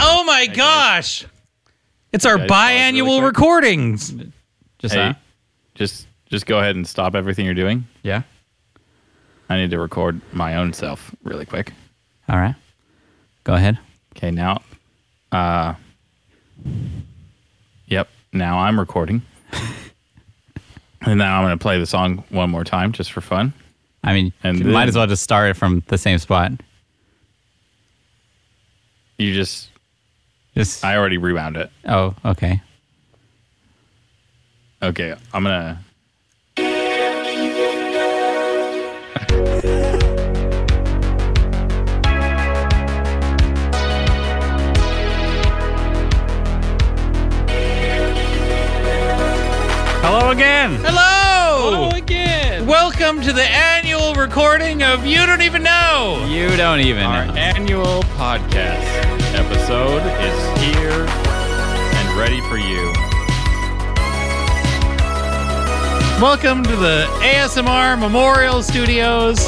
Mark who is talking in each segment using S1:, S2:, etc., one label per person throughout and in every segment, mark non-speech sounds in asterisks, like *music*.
S1: Oh my gosh. It's our
S2: guys, pause really
S1: biannual
S2: quick.
S1: recordings.
S3: Just
S2: Hey,
S3: that.
S2: just just go ahead and stop everything you're doing.
S3: Yeah.
S2: I need to record my own self really quick.
S3: All right. Go ahead.
S2: Okay, now, uh, yep. Now I'm recording, *laughs* and now I'm gonna play the song one more time just for fun.
S3: I mean,
S2: And
S3: you might
S2: then-
S3: as well just start it from the same spot.
S2: You just,
S3: Just
S2: I already rewound it.
S3: oh, okay.
S2: Okay, I'm gonna.
S3: Hello again.
S1: Hello.
S4: Oh,
S3: again.
S1: Welcome to the annual recording of You Don't Even Know.
S3: You don't even
S2: Our
S3: know.
S2: annual podcast episode is here and ready for you.
S1: Welcome to the ASMR Memorial Studios.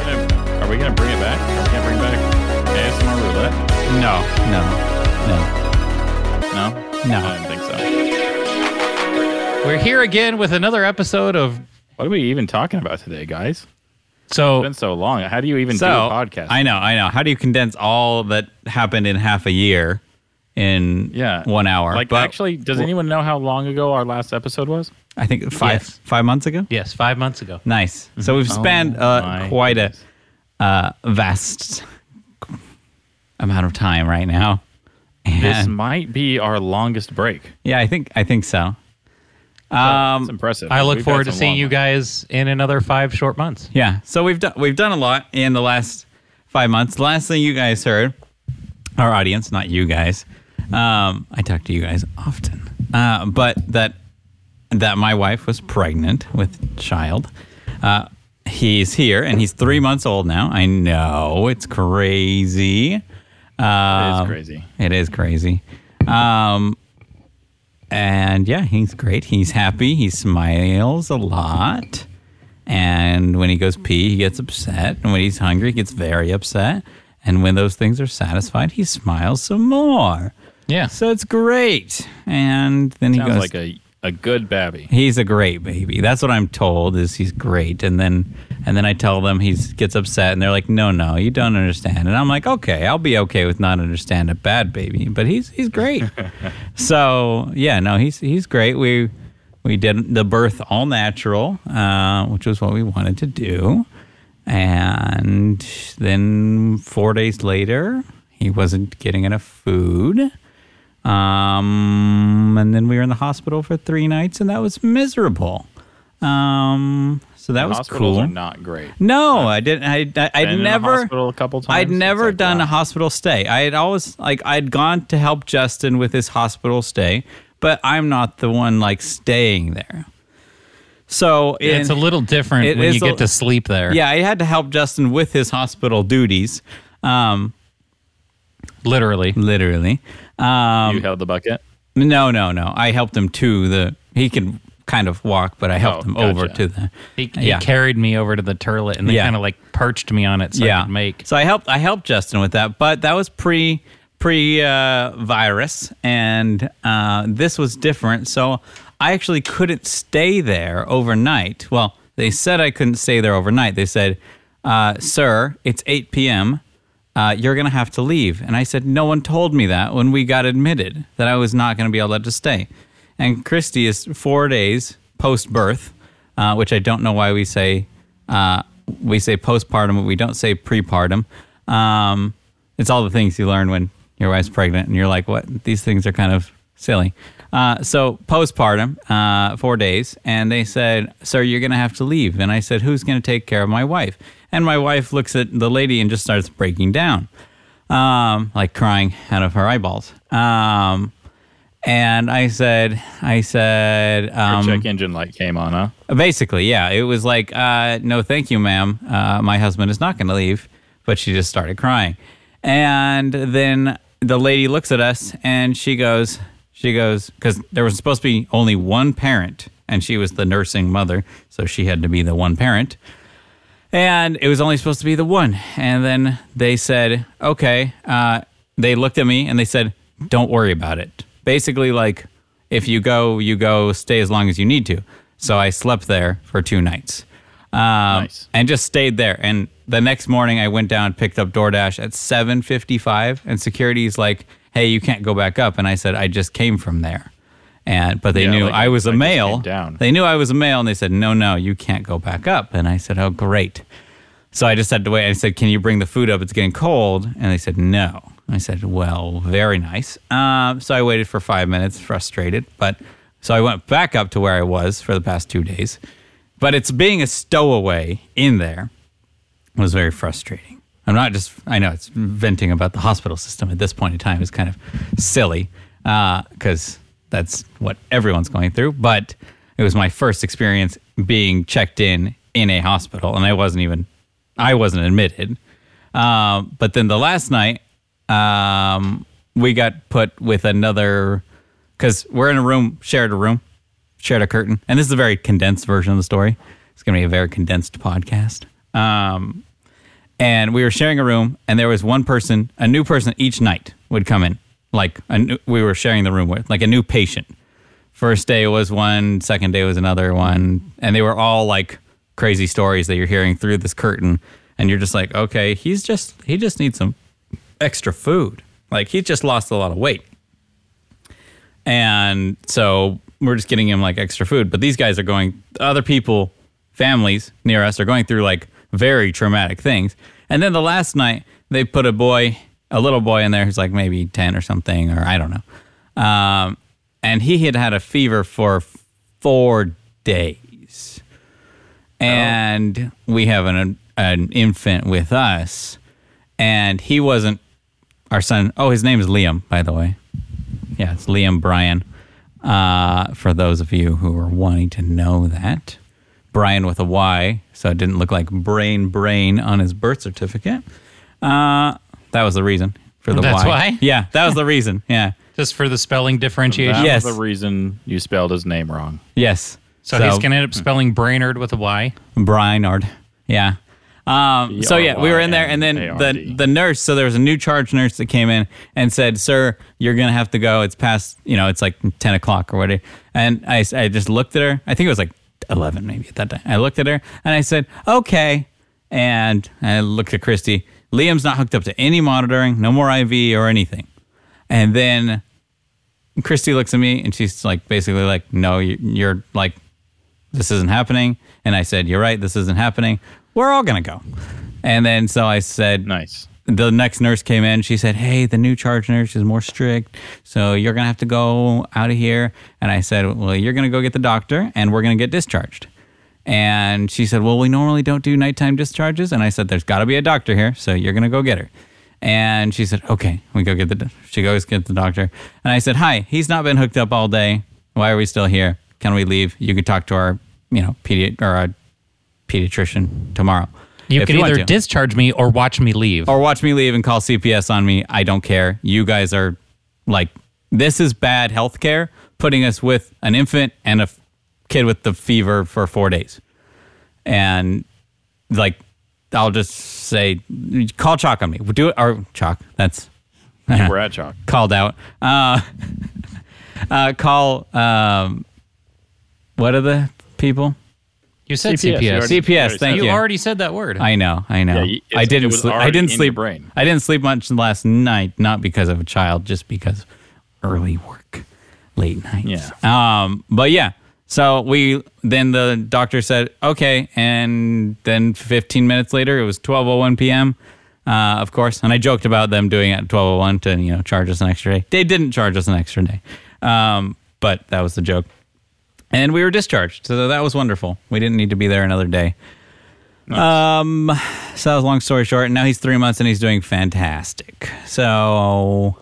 S2: Are we gonna- Are we gonna bring it back? Are we gonna bring back ASMR roulette?
S3: No, no,
S2: No,
S3: No.
S2: I don't think so.
S1: We're here again with another episode of
S2: What are we even talking about today, guys? It's
S1: so
S2: been so long. How do you even
S3: no.
S2: do a
S3: So
S2: podcast?
S3: I know, I know. How do you condense all that happened in half a year in
S2: yeah,
S3: one hour?
S2: Like,
S3: But
S2: actually, does anyone know how long ago our last episode was?
S3: I think five
S1: Yes.
S3: five months ago.
S1: yes, 5 months ago.
S3: Nice. So we've spent uh,
S2: Mm-hmm. Oh my
S3: quite a uh, vast amount of time right now.
S2: This
S3: And-
S2: might be our longest break.
S3: yeah, I think I think so.
S2: It's
S3: Um,
S2: impressive.
S1: I look
S2: We've had
S1: forward to
S2: some
S1: seeing
S2: long
S1: you guys in another 5 short months.
S3: yeah. So we've done we've done a lot in the last five months. Last thing you guys heard, our audience, not you guys. Um, I talk to you guys often, uh, but that that my wife was pregnant with child. Uh, he's here and he's three months old now. I know it's crazy.
S2: ones.
S3: Um,
S2: It's crazy.
S3: It is crazy. Um, and yeah, he's great. He's happy. He smiles a lot. And when he goes pee, he gets upset. And when he's hungry, he gets very upset. And when those things are satisfied, he smiles some more.
S1: Yeah.
S3: So it's great. And then he
S2: Sounds
S3: goes.
S2: like a a good babby.
S3: He's a great baby. That's what I'm told is he's great. And then and then I tell them he gets upset and they're like, "No, no, you don't understand." And I'm like, "Okay, I'll be okay with not understand a bad baby, but he's he's great." so, yeah, no, he's he's great. We we did the birth all natural, uh, which was what we wanted to do. And then 4 days later, he wasn't getting enough food. Um, and then we were in the hospital for three nights, and that was miserable. Um, so that was
S2: Hospitals are
S3: cool.
S2: not great.
S3: No, I didn't. I, I
S2: Been
S3: I'd
S2: in a
S3: never.
S2: hospital a couple times.
S3: I'd
S2: It's
S3: never
S2: like,
S3: done
S2: wow.
S3: a hospital stay. I had always like I'd gone to help Justin with his hospital stay, but I'm not the one like staying there. So
S1: Yeah, it's a
S3: in-
S1: little different
S3: It
S1: when
S3: is
S1: you
S3: a-
S1: get to sleep there.
S3: yeah. I had to help Justin with his hospital duties, um, Mm.
S1: literally.
S3: literally. Um,
S2: You held the bucket.
S3: No, no, no. I helped him to the. He can kind of walk, but I helped
S2: Oh,
S3: him over
S2: gotcha.
S3: to the.
S1: He, he
S3: yeah,
S1: carried me over to the turlet and they
S3: Yeah.
S1: kind of like perched me on it so I
S3: yeah.
S1: could make.
S3: So I helped. I helped Justin with that, but that was pre pre uh, virus, and uh, this was different. So I actually couldn't stay there overnight. Well, they said I couldn't stay there overnight. They said, uh, "Sir, it's 8 p.m." uh, you're going to have to leave. And I said, no one told me that when we got admitted that I was not going to be allowed to stay. And Christy is four days post birth, uh, which I don't know why we say uh, we say postpartum, but we don't say prepartum. Um, it's all the things you learn when your wife's pregnant, and you're like, what? These things are kind of silly. Uh, so postpartum, uh, four days, and they said, "Sir, you're gonna have to leave." And I said, "Who's gonna take care of my wife?" And my wife looks at the lady and just starts breaking down, um, like crying out of her eyeballs. Um, and I said, "I said,
S2: Your
S3: um,
S2: check engine light came on, huh?
S3: Basically, yeah. It was like, uh, no, thank you, ma'am. Uh, my husband is not going to leave. But she just started crying. And then the lady looks at us and she goes, she goes, because there was supposed to be only one parent and she was the nursing mother. So she had to be the one parent. And it was only supposed to be the one. And then they said, okay. Uh, they looked at me and they said, don't worry about it. Basically, like, if you go, you go, stay as long as you need to. So I slept there for two nights um,
S2: Nice.
S3: and just stayed there. And the next morning, I went down and picked up DoorDash at 7:55, and security's like, "Hey, you can't go back up." And I said, "I just came from there," and but they
S2: Yeah,
S3: knew
S2: like,
S3: I was a
S2: I just came
S3: male.
S2: down.
S3: They knew I was a male, and they said, "No, no, you can't go back up." And I said, "Oh, great." So I just had to wait. I said, "Can you bring the food up? It's getting cold." And they said, "No." I said, "Well, very nice." Um, so I waited for five minutes, frustrated, but so I went back up to where I was for the past two days. But it's being a stowaway in there was very frustrating. I'm not just, I know it's venting about the hospital system at this point in time is kind of silly because that's what everyone's going through. But it was my first experience being checked in in a hospital, and I wasn't even, I wasn't admitted. Um, but then the last night, um, we got put with another, because we're in a room, shared a room, shared a curtain. And this is a very condensed version of the story. It's going to be a very condensed podcast. Um, and we were sharing a room, and there was one person, a new person each night would come in. Like a new, we were sharing the room with, like a new patient. First day was one, second day was another one, and they were all like crazy stories that you're hearing through this curtain, and you're just like, okay, he's just he just needs some extra food. Like he just lost a lot of weight. And so we're just getting him like extra food. But these guys are going, other people, families near us are going through like very traumatic things. And then the last night, they put a boy, a little boy in there who's like maybe 10 or something, or I don't know. Um, and he had had a fever for four days.
S1: Oh.
S3: And we have an, an infant with us. And he wasn't our son. Oh, his name is Liam, by the way. Yeah, it's Liam Bryan. Uh, for those of you who are wanting to know that, Bryan with a Y, so it didn't look like brain brain on his birth certificate. Uh, that was the reason for the
S1: That's
S3: Y.
S1: why?
S3: Yeah, that was the reason. Yeah.
S1: Just for the spelling differentiation.
S2: That
S3: Yeah.
S2: was
S3: Yes.
S2: the reason you spelled his name wrong.
S3: Yes.
S1: So, he's going to
S2: Hmm.
S1: end up spelling Brainerd with a Y.
S3: Brynard. Yeah. Um, so yeah, we were in there, and then the
S2: B-R-Y-N-A-R-D.
S3: the nurse. So there was a new charge nurse that came in and said, "Sir, you're gonna have to go. It's past, you know, it's like ten o'clock or whatever." And I, s- I just looked at her. I think it was like eleven maybe at that time. I looked at her and I said, "Okay." And I looked at Christy. Liam's not hooked up to any monitoring, no more IV or anything. And then Christy looks at me and she's like, basically like, "No, you- you're like this isn't happening. And I said, You're right, this isn't happening. We're all going to go. And then so I said,
S2: Nice.
S3: The next nurse came in. She said, Hey, the new charge nurse is more strict. So you're going to have to go out of here. And I said, Well, you're going to go get the doctor and we're going to get discharged. And she said, Well, we normally don't do nighttime discharges. And I said, There's got to be a doctor here. So you're going to go get her. And she said, "Okay, we go get the." do-" She goes get the doctor, and I said, "Hi, he's not been hooked up all day. Why are we still here? Can we leave? You could talk to our, you know, pedi- or our pediatrician tomorrow.
S1: You
S3: if
S1: can
S3: want
S1: either
S3: to.
S1: discharge me or watch me leave.
S3: or watch me leave and call CPS on me. I don't care. You guys are like, this is bad healthcare. Putting us with an infant and a f- kid with the fever for four days, and like, I'll just say, call chalk on me. Do it or chalk. That's *laughs*
S2: Bradshaw.
S3: called out. Uh, *laughs* uh, call um, what are the people?
S1: you said
S2: CPS, you
S1: CPS.
S2: already-
S3: CPS. Thank
S1: You
S3: you.
S1: already said that word.
S3: I know. I know.
S2: Yeah, you- it's-
S3: I didn't.
S2: it was
S3: sleep, I
S2: already
S3: didn't
S2: in your
S3: sleep.
S2: brain.
S3: I didn't sleep much last night, not because of a child, just because early work, late nights.
S2: Yeah.
S3: Um. But yeah. So we then the doctor said okay, and then 15 minutes later it was 12:01 p.m. Uh, of course, and I joked about them doing it at 12:01 to you know charge us an extra day. They didn't charge us an extra day, um, but that was the joke. And we were discharged, so that was wonderful. We didn't need to be there another day. Um, So that was long story short. And now he's three months and he's doing fantastic. So,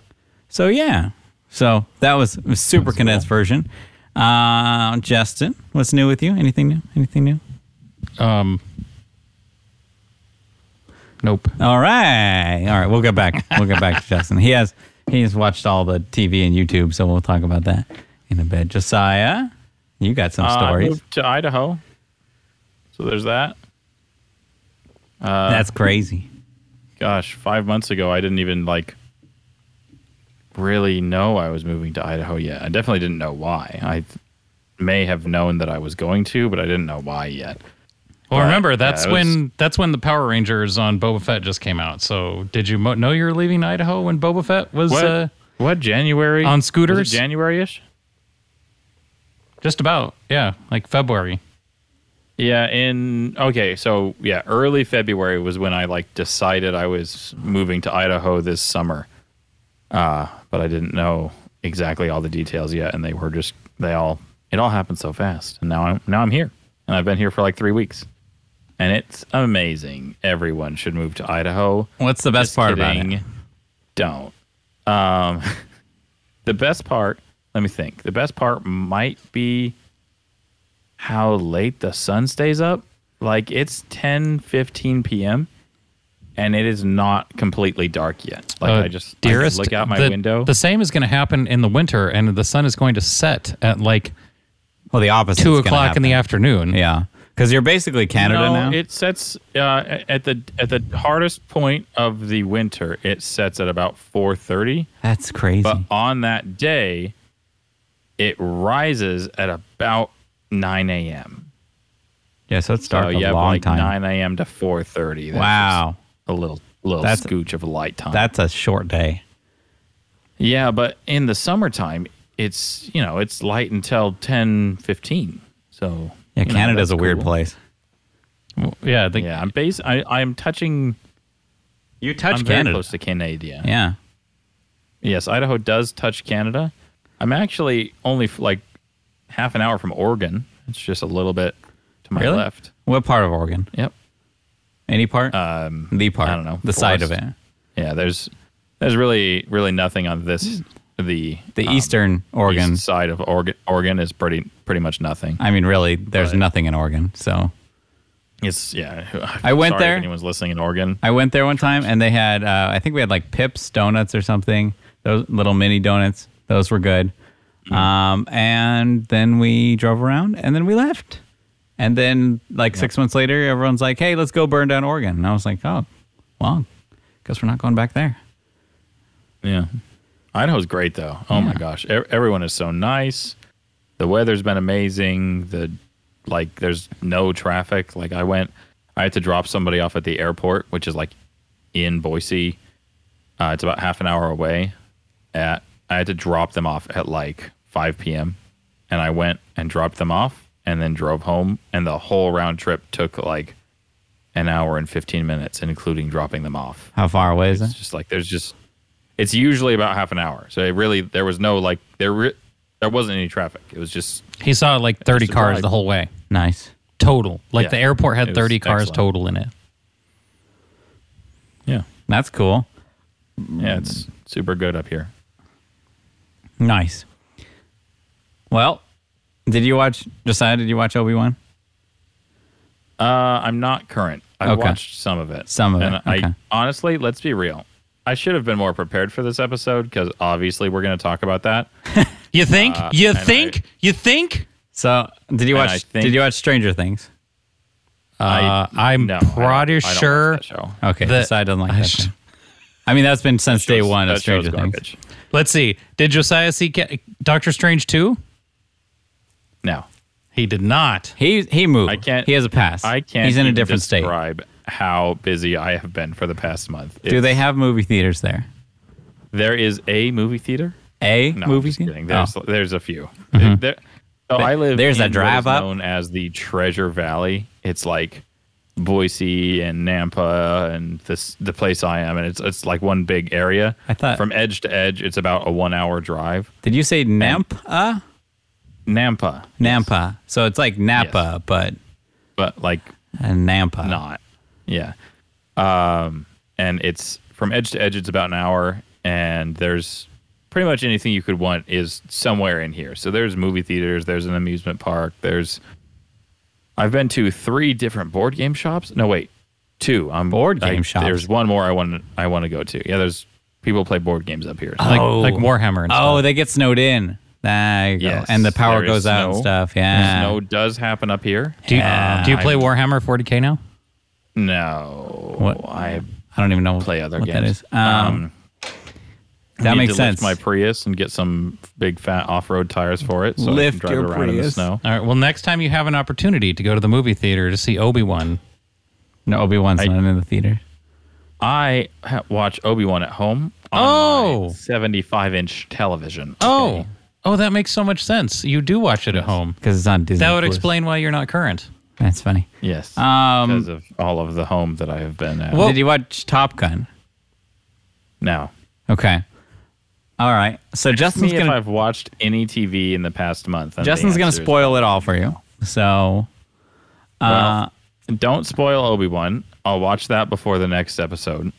S3: so yeah. So that was a super condensed version. Uh, Justin, what's new with you? Anything new? Anything new?
S1: um, nope.
S3: All right, all right. We'll get back. We'll
S2: *laughs*
S3: get back to Justin. He has he's watched all the TV and YouTube, so we'll talk about that in a bit. Josiah, you got some
S2: Uh, I
S3: stories.
S2: moved to Idaho. So there's that. uh,
S3: That's crazy.
S2: gosh, five months ago, I didn't even like really know I was moving to Idaho yet. I definitely didn't know why. I th- may have known that I was going to, but I didn't know why yet.
S4: Well,
S2: But,
S4: remember
S2: yeah,
S4: that's
S2: it was-
S4: when that's when the Power Rangers on Boba Fett just came out. So did you mo- know you were leaving Idaho when Boba Fett was
S2: What?
S4: uh,
S2: what January
S4: on
S2: Was it
S4: scooters?
S2: January-ish.
S4: just about? Yeah, like February.
S2: Yeah, in okay, so yeah, early February was when I like decided I was moving to Idaho this summer. Uh, but I didn't know exactly all the details yet and they were just they all it all happened so fast. And now I'm now I'm here. And I've been here for like 3 weeks. And it's amazing. Everyone should move to Idaho.
S3: What's the best
S2: Just
S3: part about
S2: kidding.
S3: it?
S2: Don't. Um, *laughs* the best part. Let me think. The best part might be how late the sun stays up. Like it's 10, 15 p.m. and it is not completely dark yet. Like
S4: Uh,
S2: I just I just look out my
S4: the,
S2: window.
S4: The same is going to happen in the winter, and the sun is going to set at like
S3: Well, the opposite.
S4: two
S3: is gonna
S4: o'clock in the
S3: happen.
S4: afternoon.
S3: Yeah, because you're basically Canada
S2: no,
S3: now.
S2: it sets uh, at the at the hardest point of the winter. It sets at about four thirty.
S3: That's crazy.
S2: But on that day, it rises at about 9 a.m.
S3: yeah, so it's dark
S2: So
S3: a
S2: you have
S3: long
S2: oh, like
S3: time.
S2: 9 a.m. to 4:30. That's
S3: wow,
S2: just a little little
S3: That's-
S2: scooch of light time.
S3: that's a short day.
S2: yeah, but in the summertime, it's you know it's light until 10:15. So
S3: Yeah,
S2: you know,
S3: Canada's a
S2: that's
S3: weird
S2: cool.
S3: place.
S4: Yeah, I think
S2: Yeah, I'm base. I I'm touching.
S3: You touch
S2: I'm very
S3: Canada.
S2: close to Canada.
S3: Yeah.
S2: Yes, Idaho does touch Canada. I'm actually only f- like half an hour from Oregon. It's just a little bit to my
S3: Really?
S2: left.
S3: What part of Oregon?
S2: Yep.
S3: Any part? Um, the part.
S2: I don't know.
S3: The side of it.
S2: Forest. Yeah, there's there's really really nothing on this the
S3: Mm. The
S2: um,
S3: eastern Oregon.
S2: east side of Oregon. Oregon is pretty pretty much nothing.
S3: I mean, really, there's nothing in Oregon. So
S2: It's yeah.
S3: I went
S2: sorry
S3: there.
S2: If anyone's listening in Oregon,
S3: I went there one time, and they had uh, I think we had like Pips donuts or something. Those little mini donuts. Those were good.
S2: Mm-hmm.
S3: Um, and then we drove around, and then we left. And then like six months later, everyone's like, "Hey, let's go burn down Oregon." And I was like, "Oh, well, guess we're not going back there."
S2: yeah, Idaho's great though. Oh my
S3: Yeah.
S2: gosh, e- everyone is so nice. The weather's been amazing. The like, there's no traffic. Like I went, I had to drop somebody off at the airport, which is like in Boise. Uh, it's about half an hour away. At I had to drop them off at like 5 p.m. and I went and dropped them off and then drove home. And the whole round trip took like an hour and 15 minutes, including dropping them off.
S3: How far away is
S2: It's
S3: it?
S2: just like there's just it's usually about half an hour. So it really there was no like there re- there wasn't any traffic. It was just
S4: he saw like thirty
S2: Just a
S4: cars
S2: ride.
S4: the whole way
S3: Nice.
S4: total. Like
S2: Yeah.
S4: the airport
S2: It
S4: had
S2: was
S4: thirty cars
S2: excellent.
S4: total in it.
S2: yeah.
S3: That's cool.
S2: Yeah, it's super good up here.
S3: Nice. Well, did you watch Josiah? Did you watch Obi Wan?
S2: Uh, I'm not current. I have
S3: Okay.
S2: watched some of it.
S3: Some of
S2: and
S3: it,
S2: I
S3: okay.
S2: honestly, let's be real. I should have been more prepared for this episode because obviously we're going to talk about that.
S4: You think? you
S2: Uh, and I-
S4: think? you think?
S3: So did you
S2: And I
S3: watch?
S2: think-
S3: did you watch Stranger Things?
S4: Uh, I'm
S2: No, I don't-
S4: pretty
S2: I don't watch
S4: sure.
S2: that show.
S3: Okay,
S4: The-
S3: Josiah doesn't like
S4: I
S3: that.
S4: sh-
S3: show. I mean, that's been since day
S2: Show's-
S3: one of
S2: that show's
S3: Stranger Things.
S2: garbage.
S4: Let's see. Did Josiah see Ca- Doctor Strange too?
S2: No,
S4: He did not.
S3: He he moved.
S2: I can't.
S3: He has a pass.
S2: I can't.
S3: He's in a
S2: even
S3: different state.
S2: describe state. How busy I have been for the past month.
S3: Do
S2: It's-
S3: they have movie theaters there?
S2: There is a movie theater.
S3: A
S2: No,
S3: movie
S2: I'm just
S3: theater?
S2: kidding.
S3: Oh. Mm-hmm.
S2: There's there's a few. There- so I live.
S3: there's that
S2: in what is
S3: drive up.
S2: known as the Treasure Valley. It's like Boise and Nampa and this the place I am, and it's it's like one big area.
S3: I thought-
S2: from edge to edge, it's about a one hour drive.
S3: Did you say Nampa?
S2: Nampa,
S3: Nampa. So it's like Napa, but
S2: but like
S3: uh, Nampa.
S2: not. Yeah. Um, and it's from edge to edge, it's about an hour, and there's pretty much anything you could want is somewhere in here. So there's movie theaters, there's an amusement park, there's. I've been to three different board game shops. No, wait, two. I'm
S3: Board game shops?
S2: There's one more I want. I want to go to. Yeah, there's people play board games up here. So
S4: Like,
S3: Oh.
S4: like Warhammer and
S3: Oh,
S4: stuff.
S3: they get snowed in. There you go.
S2: Yes,
S3: and the power
S2: there is
S3: goes out and
S2: snow.
S3: stuff. Yeah.
S2: snow does happen up here.
S4: Do you,
S3: Yeah.
S4: do you play Warhammer 40k now?
S2: No.
S3: What?
S2: Oh, I
S3: I don't even know
S2: play other
S3: what
S2: games.
S3: that is. Um, that
S2: need
S3: makes
S2: to
S3: sense.
S2: Lift my Prius and get some big fat off-road tires for it, so
S3: Lift
S2: I can
S3: your
S2: drive it around in the
S3: Prius.
S2: snow.
S4: All right. Well, next time you have an opportunity to go to the movie theater to see Obi Wan,
S3: no, Obi Wan's not in the theater.
S2: I ha- watch Obi Wan at home on
S4: Oh.
S2: my 75 inch television.
S4: oh, oh, that makes so much sense. You do watch it at home.
S3: Because it's on Disney.
S4: That would
S3: Plus.
S4: explain why you're not current.
S3: That's funny.
S2: yes,
S3: Um,
S2: because of all of the home that I have been at
S3: did you watch Top Gun?
S2: now.
S3: Okay. All right. So
S2: Me
S3: Justin's
S2: if
S3: gonna
S2: I've watched any TV in the past month. and the
S3: Justin's gonna
S2: answer is-
S3: spoil it all for you. So
S2: Well,
S3: uh,
S2: don't spoil Obi Wan. I'll watch that before the next
S3: *laughs*
S2: episode.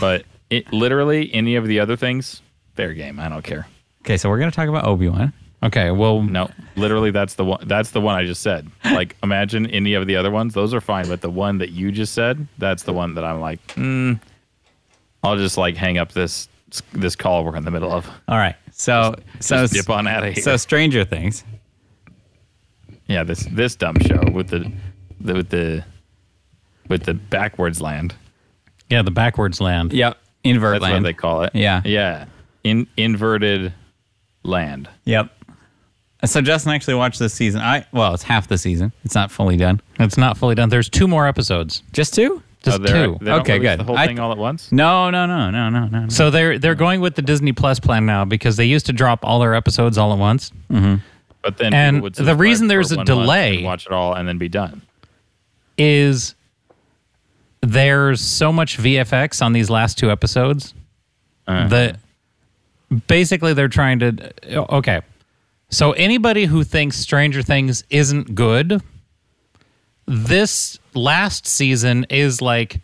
S2: but it literally any of the other things, fair game. I don't care.
S3: okay, so we're gonna talk about Obi Wan.
S4: Okay. Well,
S2: No, literally that's the one. That's the one I just said. Like,
S4: *laughs*
S2: imagine any of the other ones; those are fine. But the one that you just said, that's the one that I'm like, mm, I'll just like hang up this this call we're in the middle of.
S3: All right. So so
S2: Just dip on out of here.
S3: so Stranger Things.
S2: yeah, this this dumb show with the, the with the with the backwards land.
S4: yeah, the backwards land.
S3: Yep. Invert
S2: That's what
S3: land.
S2: they call it.
S3: Yeah.
S2: yeah. In inverted land.
S3: Yep. So Justin actually watched this season. I well, it's half the season. It's not fully done.
S4: It's not fully done. There's two more episodes.
S3: Just two?
S4: Just
S2: they're-
S4: two.
S2: Oh, They don't
S3: Okay,
S2: release
S3: good.
S2: The whole
S3: I-
S2: thing all at once.
S3: No, no, no, no, no, no. no.
S4: So they're they're going with the Disney Plus plan now because they used to drop all their episodes all at once.
S2: But then
S4: And
S2: people would
S4: the reason
S2: subscribe
S4: there's
S2: for
S4: a
S2: one month and
S4: delay-
S2: watch it all and then be done.
S4: Is there's so much VFX on these last two episodes that basically they're trying to uh, okay. So anybody who thinks Stranger Things isn't good, this last season is like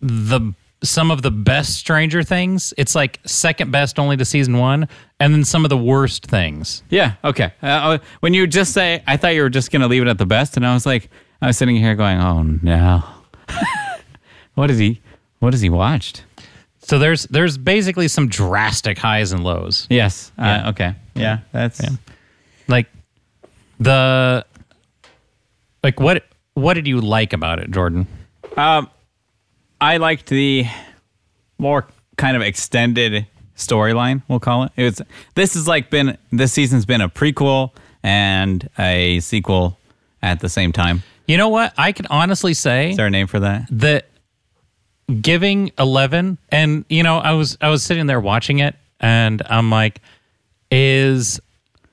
S4: the some of the best Stranger Things. It's like second best only to season 1 and then some of the worst things.
S3: Yeah. Okay. Uh, Uh, when you just say, I thought you were just going to leave it at the best, and I was like, I was sitting here going, oh no, *laughs* what is he? What has he watched?
S4: So there's there's basically some drastic highs and lows.
S3: Yes. Uh, Okay. Yeah. That's.
S4: Like the like what what did you like about it, Jordan?
S3: I liked the more kind of extended storyline. We'll call it. It was. This has like been. This season's been a prequel and a sequel at the same time.
S4: You know what? I can honestly say
S3: Is there a name for that?
S4: that giving 11 and you know, I was I was sitting there watching it and I'm like is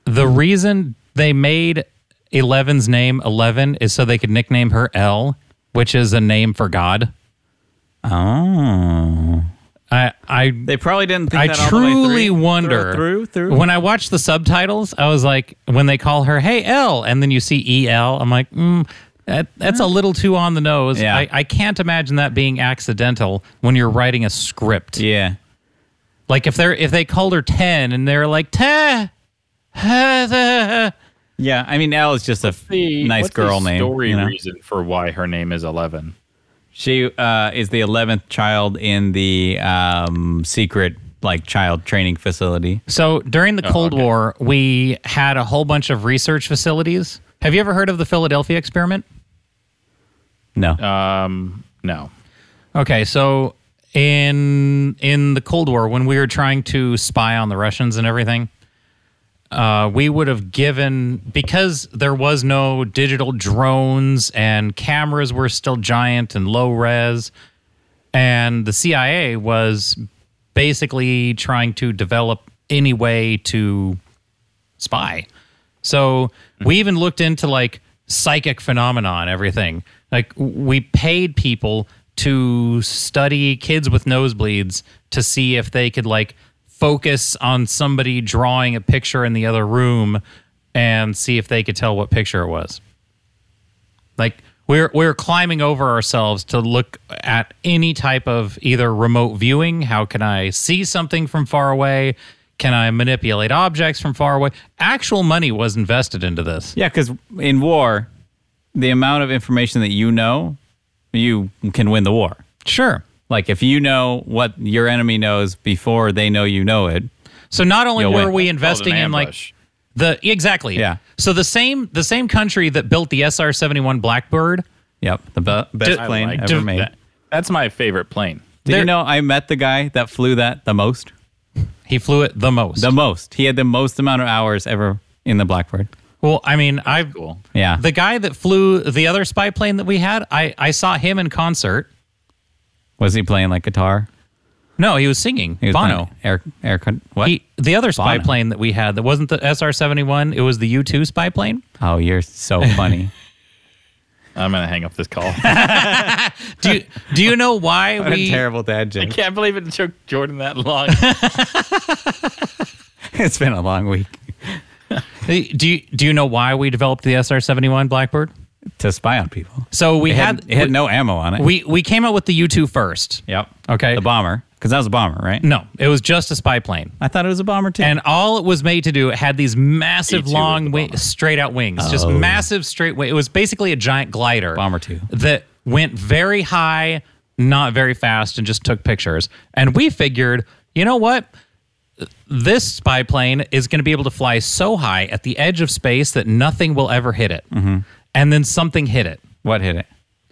S4: the reason they made 11's name 11 is so they could nickname her L, which is a name for God.
S3: Oh.
S4: I I
S3: They probably didn't. Think
S4: I
S3: that all the way
S4: truly
S3: through-
S4: wonder
S3: through through.
S4: when I watched the subtitles. I was like, when they call her "Hey L," and then you see "E L," I'm like, mm, that, that's a little too on the nose.
S3: Yeah.
S4: I, I can't imagine that being accidental when you're writing a script.
S3: yeah.
S4: Like if they're if they called her ten and they're like "Ta,"
S3: Yeah, I mean Elle is just a f- nice
S2: what's the
S3: girl name.
S2: Story
S3: you know?
S2: reason for why her name is Eleven.
S3: She uh, is the eleventh child in the um, secret like child training facility.
S4: So during
S3: Oh,
S4: the Cold
S2: okay.
S4: War, we had a whole bunch of research facilities. Have you ever heard of the Philadelphia experiment?
S3: No,
S2: Um, no.
S4: Okay, so in in the Cold War, when we were trying to spy on the Russians and everything, uh, we would have given because there was no digital drones and cameras were still giant and low res, and the CIA was basically trying to develop any way to spy. So we even looked into like psychic phenomena and everything. Like we paid people to study kids with nosebleeds to see if they could like focus on somebody drawing a picture in the other room and see if they could tell what picture it was. Like we're we're climbing over ourselves to look at any type of either remote viewing. How can I see something from far away? Can I manipulate objects from far away? Actual money was invested into this.
S3: yeah, because in war, the amount of information that you know, you can win the war.
S4: Sure.
S3: Like if you know what your enemy knows before they know you know it.
S4: So not only
S3: You'll
S4: were
S3: win.
S4: we
S2: That's called
S4: investing
S2: an
S4: in like
S2: ambush.
S4: the exactly
S3: Yeah.
S4: So the same the same country that built the SR seventy one Blackbird
S3: Yep, the be- best
S4: I
S3: plane
S2: like
S3: ever
S4: div-
S3: made.
S2: That- that's my favorite plane.
S3: Did you
S4: There-
S3: know I met the guy that flew that the most?
S4: He flew it the most.
S3: The most. He had the most amount of hours ever in the Blackbird.
S4: well, I mean, I've
S2: Cool.
S3: Yeah.
S4: the guy that flew the other spy plane that we had. I I saw him in concert.
S3: Was he playing like guitar?
S4: No, he was singing
S3: He was
S4: Bono.
S3: playing Air, air, con- what?
S4: He, the other spy
S3: Bono.
S4: plane that we had that wasn't the SR seventy one. It was the U two spy plane.
S3: oh, you're so
S4: *laughs*
S3: funny.
S2: I'm gonna hang up this
S3: *laughs*
S2: call.
S4: Do you, do you know why
S3: what a
S4: we?
S3: terrible dad
S2: I
S3: joke.
S2: can't believe it took Jordan that long.
S3: *laughs* It's been a long week
S4: Do you do you know why we developed the SR seventy one Blackbird?
S3: to spy on people.
S4: So we
S3: It
S4: had,
S3: had, it had no ammo on it.
S4: we we came out with the U two first.
S3: yep.
S4: Okay.
S3: The bomber, because that was a bomber, right?
S4: No, it was just a spy plane.
S3: I thought it was a bomber too.
S4: And all it was made to do, it had these massive
S2: E2 was
S4: long,
S2: the
S4: wi-
S2: bomber.
S4: straight out wings, just massive straight. Wi- it was basically a giant glider,
S3: Oh. Bomber two.
S4: that went very high, not very fast, and just took pictures. And we figured, you know what? This spy plane is going to be able to fly so high at the edge of space that nothing will ever hit it.
S3: Mm-hmm.
S4: And then something hit it,
S3: what hit it?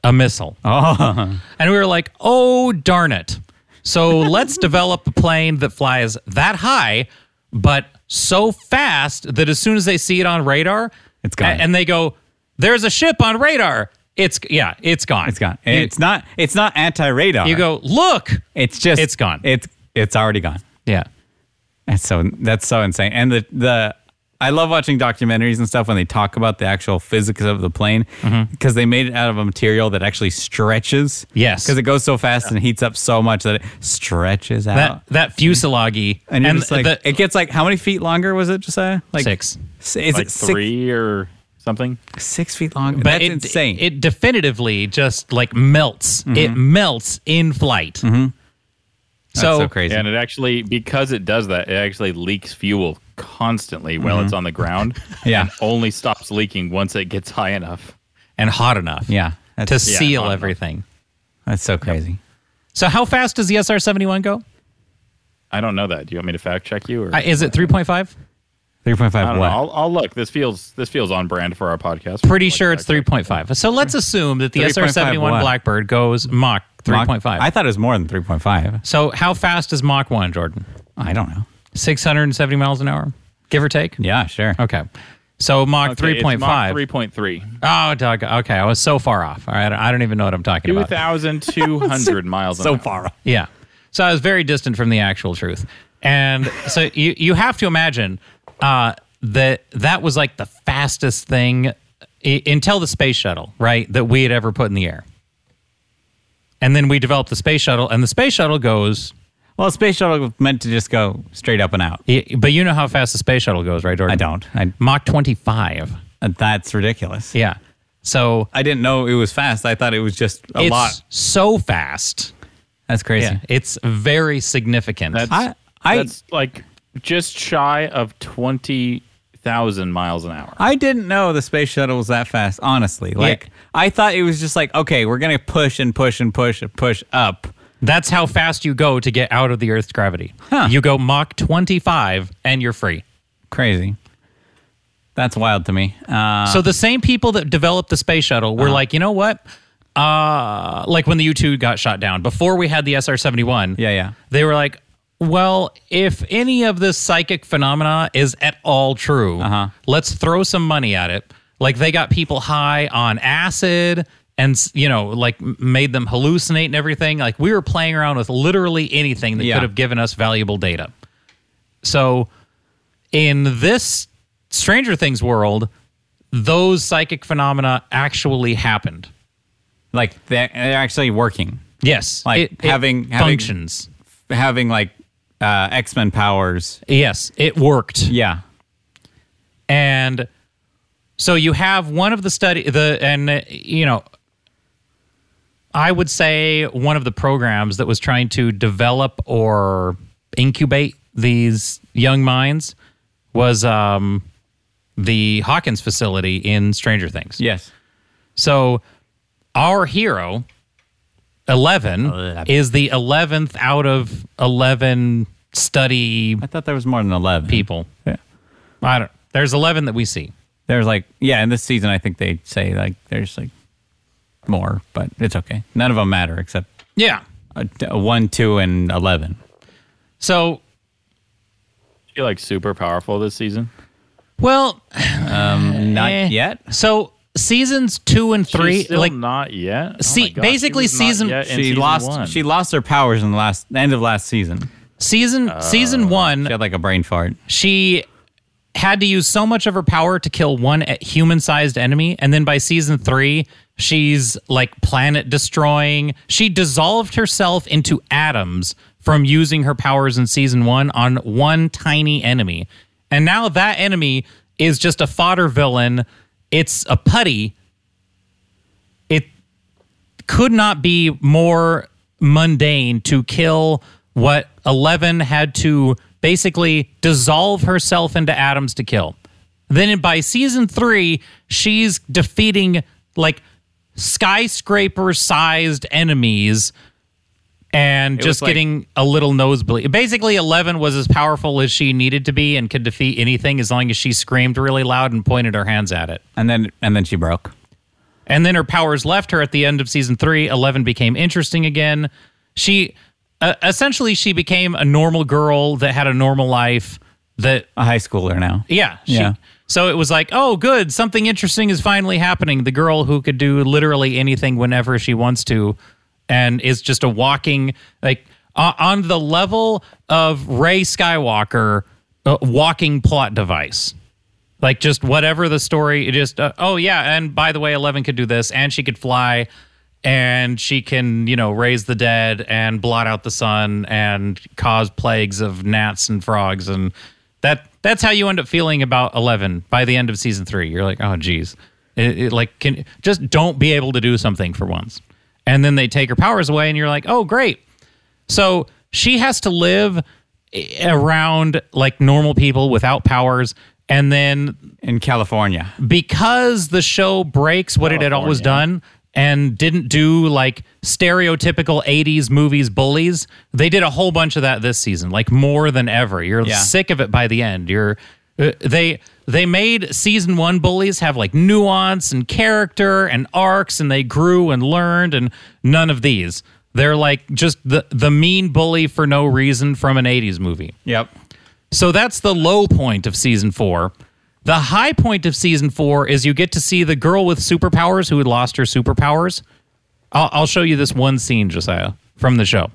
S4: a missile.
S3: *laughs* Oh,
S4: And we were like, oh, darn it. So *laughs* let's develop a plane that flies that high, but so fast that as soon as they see it on radar,
S3: It's gone.
S4: a- And they go, there's a ship on radar. It's, yeah, it's gone.
S3: it's gone. It's not. It's not anti-radar.
S4: You go, look.
S3: It's just.
S4: It's gone.
S3: It's it's already gone.
S4: Yeah.
S3: That's so that's so insane. And the the I love watching documentaries and stuff when they talk about the actual physics of the plane
S4: Mm-hmm.
S3: because they made it out of a material that actually stretches.
S4: Yes.
S3: because it goes so fast and heats up so much that it stretches out.
S4: That, that fuselage.
S3: Oh. and you're just like,
S4: the-
S3: it gets like how many feet longer was it, Josiah? Like
S4: Six.
S3: s- Is
S2: like
S3: it six,
S2: three or something.
S3: six feet long?
S4: but
S3: That's
S4: it,
S3: insane. Mm-hmm.
S4: It definitively just like melts. It melts in flight.
S3: that's so crazy.
S2: And it actually, because it does that, it actually leaks fuel constantly while it's on the ground.
S3: Mm-hmm. *laughs* Yeah.
S2: And only stops leaking once it gets high enough.
S4: And hot enough.
S3: yeah,
S4: To
S3: that's,
S2: yeah, hot
S4: seal
S2: enough.
S4: everything.
S3: that's so crazy.
S4: So how fast does the SR seventy one go?
S2: I don't know that. Do you want me to fact check you? Or?
S4: Uh, is it three point five?
S3: Three point
S2: I
S3: five
S2: don't
S3: what?
S2: know. I'll, I'll look. This feels this feels on brand for our podcast.
S4: Pretty
S2: Like
S4: sure it's
S2: fact check.
S4: 3.5. So let's assume that the
S3: 3.5
S4: SR-71
S3: what?
S4: Blackbird goes Mach
S3: Mach-
S4: 3.5.
S3: I thought it was more than three point five.
S4: so how fast is Mach 1, Jordan?
S3: I don't know.
S4: 670 miles an hour, give or take?
S3: Yeah, sure.
S4: Okay. So Mach
S2: Okay, it's Mach
S4: 3.5.
S2: 3.3.
S4: Oh, dog. Okay. I was so far off. All right. I don't even know what I'm talking about.
S3: *laughs*
S2: 2,200 miles an
S3: So
S2: hour.
S3: far.
S4: Yeah. So I was very distant from the actual truth. And so *laughs* you, you have to imagine uh, that that was like the fastest thing i- until the space shuttle, right? That we had ever put in the air. And then we developed the space shuttle, and the space shuttle goes.
S3: Well, space shuttle was meant to just go straight up and out.
S4: i- But you know how fast the space shuttle goes, right, Jordan?
S3: I don't. I,
S4: Mach 25.
S3: that's ridiculous.
S4: Yeah. So
S3: I didn't know it was fast. I thought it was just a
S4: it's
S3: lot.
S4: so fast.
S3: That's crazy.
S4: Yeah. It's very significant.
S2: That's,
S3: I- I-
S2: that's like just shy of 20,000 miles an hour.
S3: I didn't know the space shuttle was that fast, honestly. Like I thought it was just like, okay, we're gonna push and push and push and push up.
S4: That's how fast you go to get out of the Earth's gravity. You go Mach 25 and you're free.
S3: Crazy. That's wild to me. Uh,
S4: so the same people that developed the space shuttle
S3: Uh-huh.
S4: were like, you know what? Uh, like when the U 2 got shot down, before we had the SR 71,
S3: yeah, yeah.
S4: they were like, well, if any of this psychic phenomena is at all true,
S3: Uh-huh.
S4: let's throw some money at it. Like they got people high on acid and you know like m- made them hallucinate and everything like we were playing around with literally anything that
S3: Yeah.
S4: could have given us valuable data so in this stranger things world those psychic phenomena actually happened
S3: Like they're, they're actually working,
S4: yes
S3: Like having- having-
S4: functions
S3: having like uh, X Men powers.
S4: yes it worked
S3: Yeah.
S4: And so you have one of the study the and uh, you know I would say one of the programs that was trying to develop or incubate these young minds was um, the Hawkins facility in Stranger Things.
S3: Yes.
S4: So our hero, 11,
S3: Eleven.
S4: is the 11th out of 11 study
S3: I thought there was more than eleven
S4: people.
S3: Yeah.
S4: I don't, there's 11 that we see.
S3: There's like yeah, in this season I think they say like there's like more, but it's okay. None of them matter except
S4: Yeah.
S3: uh, t- uh, 1, 2, and 11.
S4: So,
S2: She like super powerful this season.
S4: well,
S3: Not
S4: Eh.
S3: yet.
S4: so seasons two and three,
S2: She's still
S4: like
S2: not yet. Oh my
S4: See,
S2: God, she
S4: basically
S2: was not
S4: season-
S2: yet in
S3: She
S2: season
S3: lost
S2: one.
S3: she lost her powers in the last the end of last season.
S4: season
S2: Oh,
S4: season one,
S3: She had like a brain fart.
S4: she had to use so much of her power to kill one human sized enemy. And then by season three, she's like planet destroying. She dissolved herself into atoms from using her powers in season one on one tiny enemy. And now that enemy is just a fodder villain. It's a putty. It could not be more mundane to kill what Eleven had to basically dissolve herself into atoms to kill. Then by season three, she's defeating like skyscraper sized enemies and
S3: was
S4: just
S3: like-
S4: getting a little nosebleed. Basically, Eleven was as powerful as she needed to be and could defeat anything as long as she screamed really loud and pointed her hands at it.
S3: And then and then she broke.
S4: And then her powers left her at the end of season three. Eleven became interesting again. She uh, essentially she became a normal girl that had a normal life. That
S3: A high schooler now.
S4: yeah, she,
S3: Yeah.
S4: So it was like, oh, good, something interesting is finally happening. The girl who could do literally anything whenever she wants to, and is just a walking like uh, on the level of Ray Skywalker, uh, walking plot device like just whatever the story it just uh, oh yeah and by the way 11 could do this and she could fly and she can you know raise the dead and blot out the sun and cause plagues of gnats and frogs and that that's how you end up feeling about 11 by the end of season 3 you're like oh geez it, it, like can just don't be able to do something for once and then they take her powers away and you're like oh great so she has to live i- around like normal people without powers. And then
S3: In California.
S4: because the show breaks what it had always done and didn't do like stereotypical 80s movies bullies, they did a whole bunch of that this season, like more than ever. You're
S3: Yeah.
S4: sick of it by the end. You're uh, they they made season 1 bullies have like nuance and character and arcs and they grew and learned and none of these. They're like just the the mean bully for no reason from an 80s movie.
S3: Yep.
S4: So that's the low point of season four. The high point of season four is you get to see the girl with superpowers who had lost her superpowers. I'll, I'll show you this one scene, Josiah, from the show.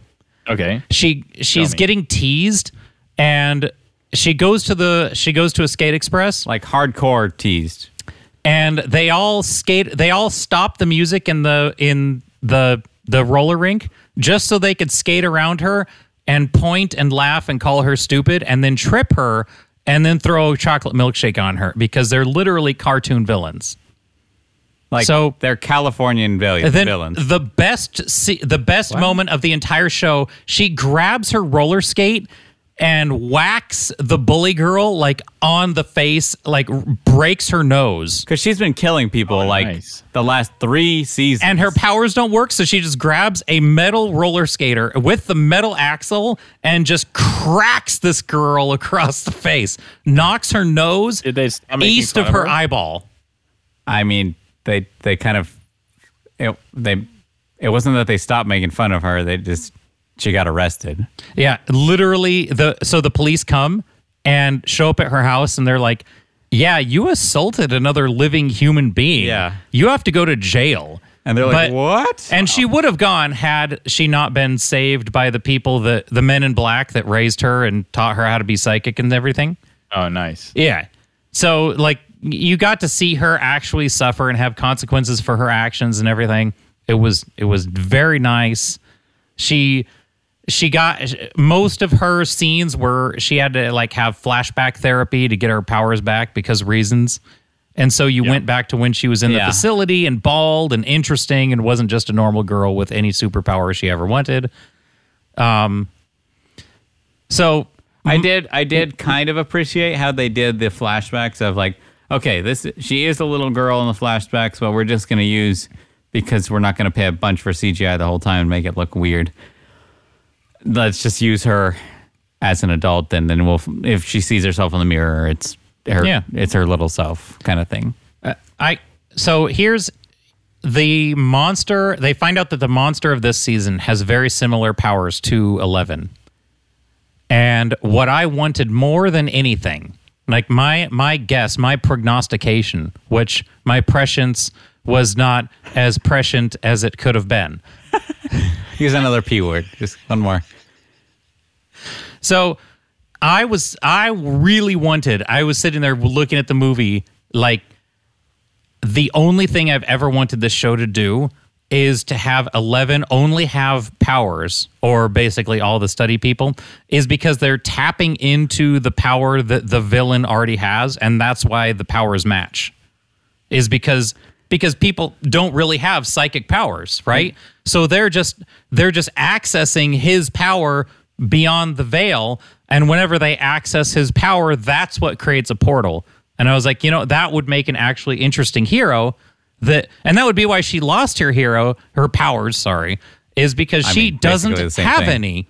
S2: okay.
S4: She she's
S2: me.
S4: getting teased, and she goes to the she goes to a skate express,
S3: Like hardcore teased.
S4: and they all skate they all stop the music in the in the the roller rink just so they could skate around her and point and laugh and call her stupid and then trip her and then throw a chocolate milkshake on her because they're literally cartoon villains
S3: Like
S4: So-
S3: they're Californian villains.
S4: then
S3: villains.
S4: the best se- the best moment of the entire show she grabs her roller skate and whacks the bully girl like on the face like r- breaks her nose
S3: Because she's been killing people like
S2: nice.
S3: the last three seasons.
S4: and her powers don't work so she just grabs a metal roller skater with the metal axle and just cracks this girl *laughs* across the face knocks her nose
S2: Did they stop making
S4: east
S2: fun
S4: of her
S2: her?
S4: eyeball
S3: I mean, they they kind of it, they it wasn't that they stopped making fun of her. They just she got arrested.
S4: yeah literally the so the police come and show up at her house and they're like yeah you assaulted another living human being
S3: Yeah.
S4: you have to go to jail
S3: And they're like,
S4: But-
S3: "What?"
S4: And she would have gone had she not been saved by the people that the men in black that raised her and taught her how to be psychic and everything.
S2: Oh, nice.
S4: Yeah. So like you got to see her actually suffer and have consequences for her actions and everything. It was it was very nice. She she got most of her scenes were she had to like have flashback therapy to get her powers back because reasons. And so you went back to when she was in the
S3: Yeah.
S4: facility and bald and interesting and wasn't just a normal girl with any superpower she ever wanted. Um so
S3: I did I did kind of appreciate how they did the flashbacks of like, okay, this she is a little girl in the flashbacks, but we're just gonna use because we're not gonna pay a bunch for CGI the whole time and make it look weird. Let's just use her as an adult, and then we'll if she sees herself in the mirror, it's her
S4: Yeah.
S3: it's her little self kind of thing.
S4: I so here's the monster they find out that the monster of this season has very similar powers to 11 and what i wanted more than anything like my my guess my prognostication which my prescience was not as prescient as it could have been
S3: Use another P word. Just one more.
S4: So I was I really wanted I was sitting there looking at the movie like the only thing I've ever wanted this show to do is to have 11 only have powers or basically all the study people is because they're tapping into the power that the villain already has and that's why the powers match is because because people don't really have psychic powers, right? So they're just they're just accessing his power beyond the veil and whenever they access his power, that's what creates a portal. And I was like, you know, that would make an actually interesting hero that and that would be why she lost her hero, her powers, sorry, is because she
S3: mean,
S4: doesn't
S3: basically the
S4: have
S3: same thing.
S4: any.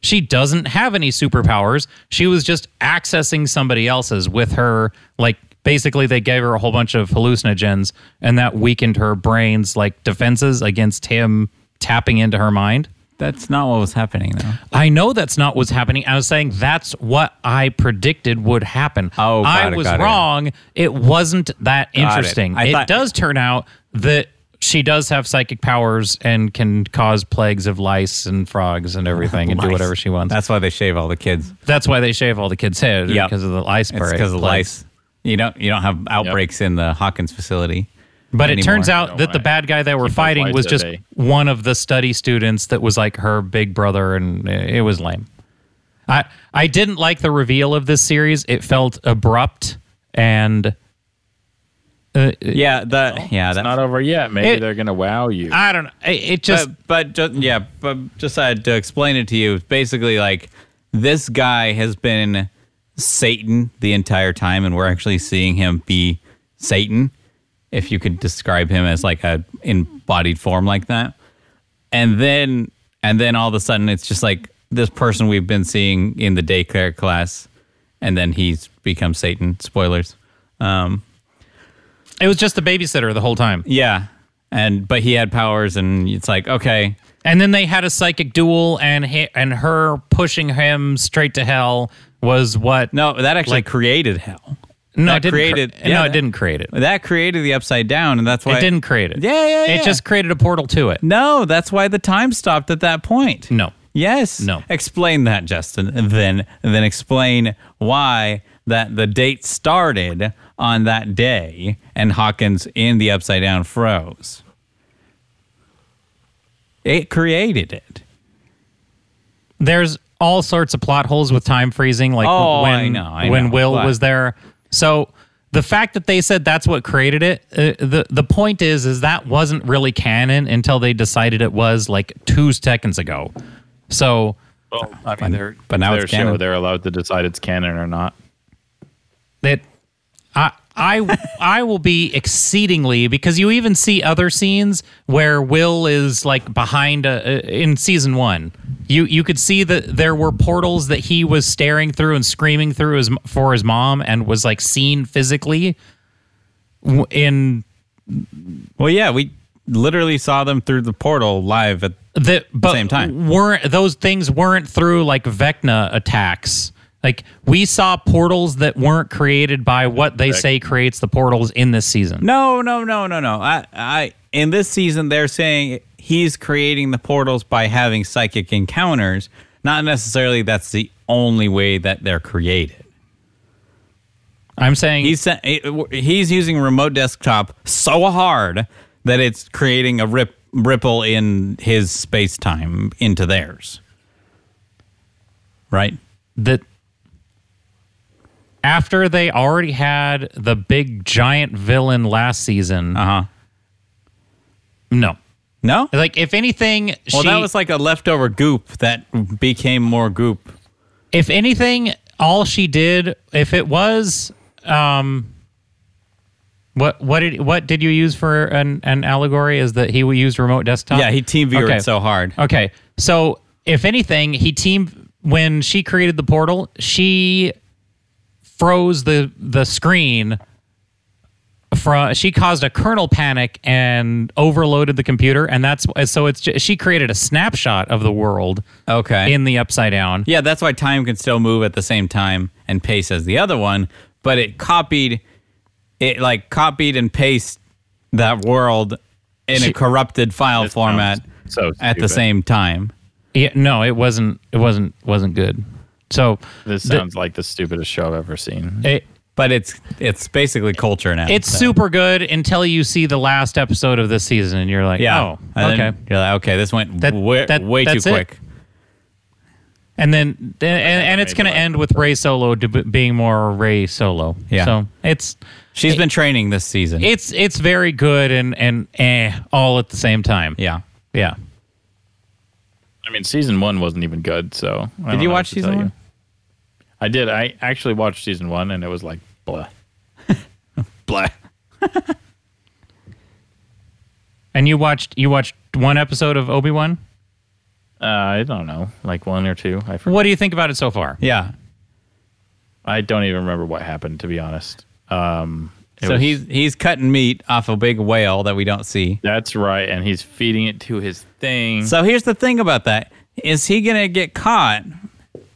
S4: She doesn't have any superpowers. She was just accessing somebody else's with her like basically they gave her a whole bunch of hallucinogens and that weakened her brain's like defenses against him tapping into her mind.
S3: That's not what was happening though.
S4: I know that's not what's happening. I was saying that's what I predicted would happen.
S3: Oh, got
S4: I
S3: it,
S4: was
S3: got it.
S4: wrong. It. wasn't that interesting.
S3: I
S4: It,
S3: thought-
S4: does turn out that she does have psychic powers and can cause plagues of lice and frogs and everything and do
S3: Lice.
S4: whatever she wants.
S3: That's why they shave all the kids.
S4: That's why they shave all the kids' heads
S3: Yep.
S4: because of the lice
S3: It's
S4: plague.
S3: because of lice. You don't you don't have outbreaks in the Hawkins facility.
S4: But it
S3: anymore.
S4: turns out that the
S2: wanna
S4: bad guy they were
S2: keep those
S4: fighting
S2: lice
S4: was
S2: at
S4: just
S2: bay.
S4: one of the study students that was like her big brother, and it was lame. I I didn't like the reveal of this series. It felt abrupt, and
S3: Yeah, the yeah, Ah,
S2: It's not over yet. Maybe
S4: It-
S2: they're gonna wow you.
S4: I don't know. It, it just
S3: but, but just, yeah, but just uh, to explain it to you, it's basically like this guy has been Satan the entire time, and we're actually seeing him be Satan, if you could describe him as like a embodied form like that. And then and then all of a sudden, it's just like this person we've been seeing in the daycare class, and then he's become Satan. Spoilers. Um,
S4: it was just the babysitter the whole time.
S3: yeah, and but he had powers, and it's like okay.
S4: And then they had a psychic duel, and he, and her pushing him straight to hell was what?
S3: No, that actually created hell.
S4: no,
S3: that
S4: it didn't cre-
S3: created-
S4: no,
S3: yeah,
S4: it
S3: that-
S4: didn't create it.
S3: That created the upside down, and that's why
S4: It didn't create it.
S3: Yeah, yeah, yeah.
S4: It just created a portal to it.
S3: No, that's why the time stopped at that point.
S4: No.
S3: Yes.
S4: No.
S3: Explain that, Justin. and Then, and then explain why that the date started on that day, and Hawkins in the upside down froze. It created it.
S4: there's all sorts of plot holes with time freezing like
S3: Oh,
S4: when
S3: I know, I
S4: when
S3: know,
S4: will
S3: but-
S4: was there so the fact that they said that's what created it uh, the the point is is that wasn't really canon until they decided it was like 2 seconds ago so
S2: Well, I mean, they're,
S3: but now
S2: their
S3: it's
S2: show.
S3: canon.
S2: They're allowed to decide it's canon or not.
S4: that I I I will be exceedingly because you even see other scenes where Will is like behind a, a- in season one. You you could see that there were portals that he was staring through and screaming through his, for his mom and was like seen physically w- in
S3: Well, yeah, we literally saw them through the portal live at
S4: that but
S3: Same time.
S4: weren't those things weren't through like Vecna attacks. Like we saw portals that weren't created by what they say creates the portals in this season.
S3: No, no, no, no, no. I, I, in this season, they're saying he's creating the portals by having psychic encounters. Not necessarily that's the only way that they're created.
S4: I'm saying
S3: He's sa- he's using remote desktop so hard that it's creating a rip, ripple in his space time into theirs. Right.
S4: that after they already had the big giant villain last season,
S3: Uh huh.
S4: no.
S3: No.
S4: Like if anything,
S3: Well,
S4: she,
S3: that was like a leftover goop that became more goop.
S4: if anything, all she did, if it was, um, what what did what did you use for an an allegory? Is that he used remote desktop?
S3: Yeah, he team viewered
S4: Uh, Okay.
S3: so hard.
S4: Okay. So if anything, he team when she created the portal, she froze the the screen from she caused a kernel panic and overloaded the computer and that's so it's ju- she created a snapshot of the world
S3: Okay.
S4: in the upside down
S3: yeah, that's why time can still move at the same time and pace as the other one, but it copied, it like copied and pasted that world in a corrupted file
S2: This
S3: format
S2: sounds so
S3: at the
S2: stupid.
S3: same time.
S4: yeah no it wasn't it wasn't wasn't good so
S2: This
S4: the-
S2: sounds like the stupidest show I've ever seen.
S4: it,
S3: But it's it's basically culture now.
S4: it's
S3: so-
S4: super good until you see the last episode of this season and you're like
S3: Yeah.
S4: oh
S3: And
S4: okay
S3: then You're like, okay, this went
S4: That-
S3: way,
S4: that-
S3: way too
S4: that's it.
S3: quick.
S4: and then and, and it's
S2: made
S4: going to
S2: the
S4: end with Ray Solo d- being more Ray Solo.
S3: Yeah.
S4: So it's
S3: She's been training this season.
S4: it's it's very good and and eh, all at the same time.
S3: yeah.
S4: Yeah.
S2: I mean, season one wasn't even good. So I
S3: Did
S2: don't
S3: you
S2: know
S3: watch
S2: what to
S3: season
S2: tell you.
S3: one?
S2: I did. I actually watched season one, and it was like,
S3: *laughs*
S2: blah, blah.
S4: And you watched you watched one episode of Obi Wan.
S2: Uh, I don't know, like one or two. I forgot.
S4: What do you think about it so far?
S3: Yeah.
S2: I don't even remember what happened to be honest. Um, it
S3: So
S2: was-
S3: he's he's cutting meat off a big whale that we don't see.
S2: that's right, and he's feeding it to his thing.
S3: So here's the thing about that: is he gonna get caught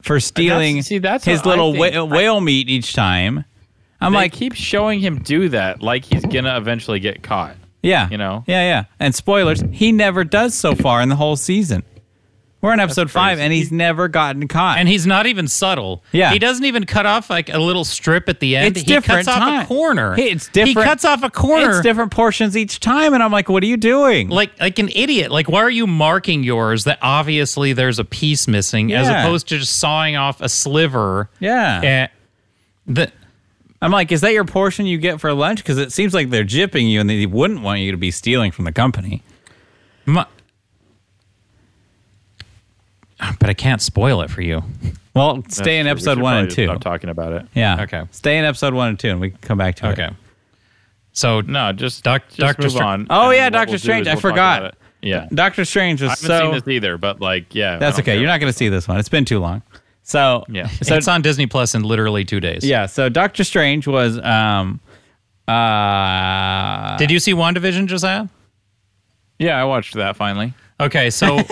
S3: for stealing
S2: see, that's
S3: his
S2: what I
S3: little
S2: think.
S3: whale, whale meat each time? I'm
S2: they
S3: like,
S2: keep showing him do that, like he's gonna eventually get caught.
S3: yeah,
S2: you know.
S3: yeah, yeah. And spoilers: he never does so far in the whole season. We're in episode five,
S2: crazy.
S3: and he's never gotten caught.
S4: And he's not even subtle.
S3: Yeah.
S4: He doesn't even cut off like a little strip at the end.
S3: It's
S4: he
S3: different
S4: cuts
S3: time.
S4: off a corner.
S3: Hey, it's different-
S4: He cuts off a corner.
S3: it's different portions each time, and I'm like, what are you doing?
S4: like like an idiot. Like why are you marking yours that obviously there's a piece missing as
S3: Yeah.
S4: opposed to just sawing off a sliver?
S3: yeah,
S4: Eh, the
S3: I'm like, is that your portion you get for lunch? Because it seems like they're jipping you, and they wouldn't want you to be stealing from the company.
S4: my, but I can't spoil it for
S3: *laughs*
S4: you.
S3: Well, stay in
S2: That's true. We
S3: episode
S2: should
S3: one
S2: probably
S3: and
S2: just
S3: two.
S2: Stop talking about it.
S3: Yeah.
S4: Okay.
S3: Stay in episode one and two, and we can come back to it.
S4: Okay. So
S2: No, just
S4: Doc-
S2: just
S4: Dr.
S2: move
S4: Str-
S2: on.
S3: Oh,
S2: and
S3: yeah,
S2: what
S3: Doctor
S2: we'll do
S3: Strange.
S2: is
S3: I
S2: we'll talk
S3: forgot.
S2: about it. Yeah,
S3: Doctor Strange
S2: I
S3: was
S2: haven't
S3: so.
S2: seen this either, but like, yeah,
S3: that's okay. You're not going to see this one. It's been too long. So
S2: Yeah.
S3: So
S4: it's on Disney Plus in literally two days.
S3: yeah. So Doctor Strange was um, uh,
S4: Did you see WandaVision, Josiah?
S2: Yeah, I watched that finally.
S4: Okay, so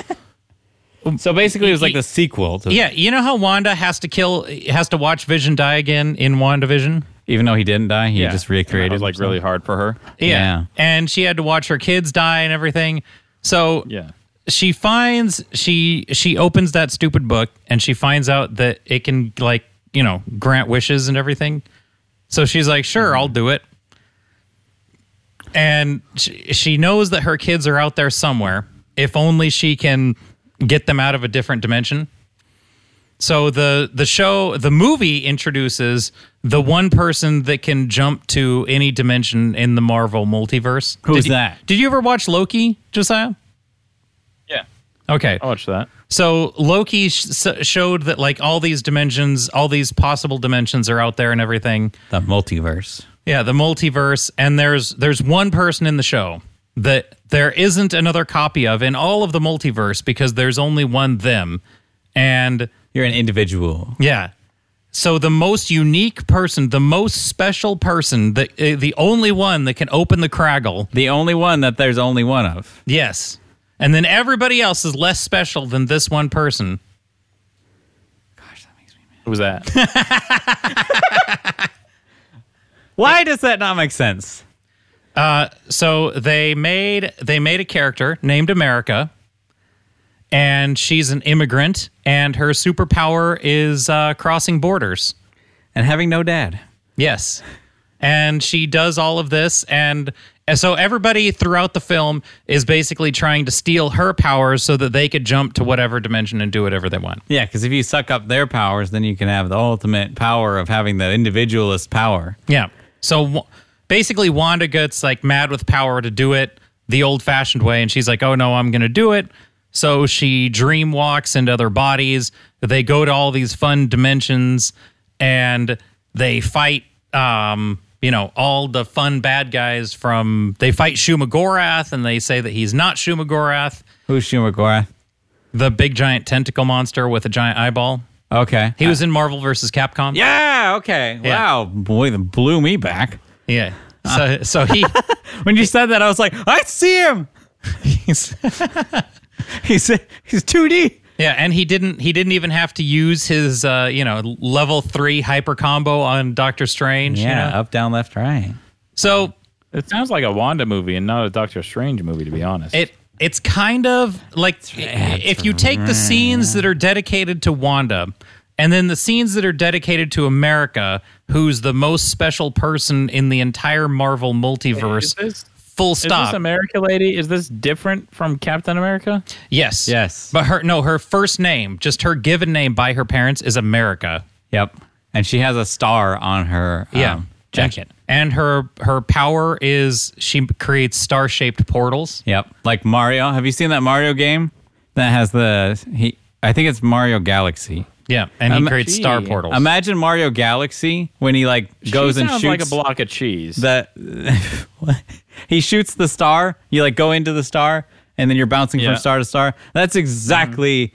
S3: so basically it was like the sequel to
S4: *laughs* yeah, you know how Wanda has to kill, has to watch Vision die again in WandaVision.
S3: Even though he didn't die, he
S2: yeah,
S3: just recreated.
S2: It was like
S3: himself.
S2: really hard for her.
S3: Yeah.
S4: and she had to watch her kids die and everything. So
S2: Yeah,
S4: she finds she she opens that stupid book and she finds out that it can like you know grant wishes and everything so she's like sure i'll do it and she, she knows that her kids are out there somewhere if only she can get them out of a different dimension so the the show the movie introduces the one person that can jump to any dimension in the marvel multiverse
S3: Who's
S4: Did you-
S3: that?
S4: did you ever watch loki josiah
S2: yeah,
S4: Okay.
S2: I watched that.
S4: So Loki sh- s- showed that like all these dimensions, all these possible dimensions are out there and everything.
S3: the multiverse.
S4: Yeah, the multiverse and there's there's one person in the show that there isn't another copy of in all of the multiverse because there's only one them. And
S3: You're an individual.
S4: yeah. So the most unique person, the most special person, the uh, the only one that can open the craggle.
S3: The only one that there's only one of.
S4: Yes. And then everybody else is less special than this one person.
S3: Gosh, that makes me mad.
S2: What was that?
S3: *laughs* Why does that not make sense?
S4: so they made they made a character named America, and she's an immigrant, and her superpower is uh, crossing borders.
S3: And having no dad.
S4: Yes, and she does all of this, and and so everybody throughout the film is basically trying to steal her powers so that they could jump to whatever dimension and do whatever they want.
S3: Yeah, because if you suck up their powers, then you can have the ultimate power of having the individualist power.
S4: Yeah. So w- basically, Wanda gets like mad with power to do it the old fashioned way. And she's like, oh no, I'm going to do it. So she dream walks into other bodies. They go to all these fun dimensions and they fight, um, you know, all the fun bad guys from. They fight Shumagorath and they say that he's not Shumagorath,
S3: Who's Schumer Gorath?
S4: the big giant tentacle monster with a giant eyeball.
S3: Okay.
S4: He was in Marvel versus Capcom.
S3: yeah, okay.
S4: Yeah.
S3: Wow. Boy, that blew me back.
S4: Yeah. So so he
S3: When you said that, I was like, I see him. *laughs*
S4: he's,
S3: He's he's 2D.
S4: yeah, and he didn't he didn't even have to use his uh, you know level three hyper combo on Doctor Strange. you
S3: Yeah,
S4: know?
S3: up, down, left, right.
S4: So
S2: It sounds like a Wanda movie and not a Doctor Strange movie, to be honest.
S4: it it's kind of like if you take the scenes that are dedicated to Wanda and then the scenes that are dedicated to America, who's the most special person in the entire Marvel
S2: is
S4: multiverse.
S2: this,
S4: Full
S2: is this
S4: stop.
S2: America Lady? Is this different from Captain America?
S4: yes.
S3: Yes.
S4: But her no, her first name, just her given name by her parents is America.
S3: Yep. And she has a star on her
S4: Yeah.
S3: um, jacket.
S4: And her her power is she creates star shaped portals.
S3: Yep. Like Mario. Have you seen that Mario game that has the he I think it's Mario Galaxy.
S4: Yeah. And he
S3: Ima-
S4: creates star
S2: Gee.
S4: portals.
S3: Imagine Mario Galaxy when he like goes
S2: she
S3: and
S2: sounds
S3: shoots
S2: like a block of cheese.
S3: the *laughs* what? he shoots the star, you like go into the star and then you're bouncing
S2: Yeah.
S3: from star to star.
S4: Mm-hmm.
S3: That's exactly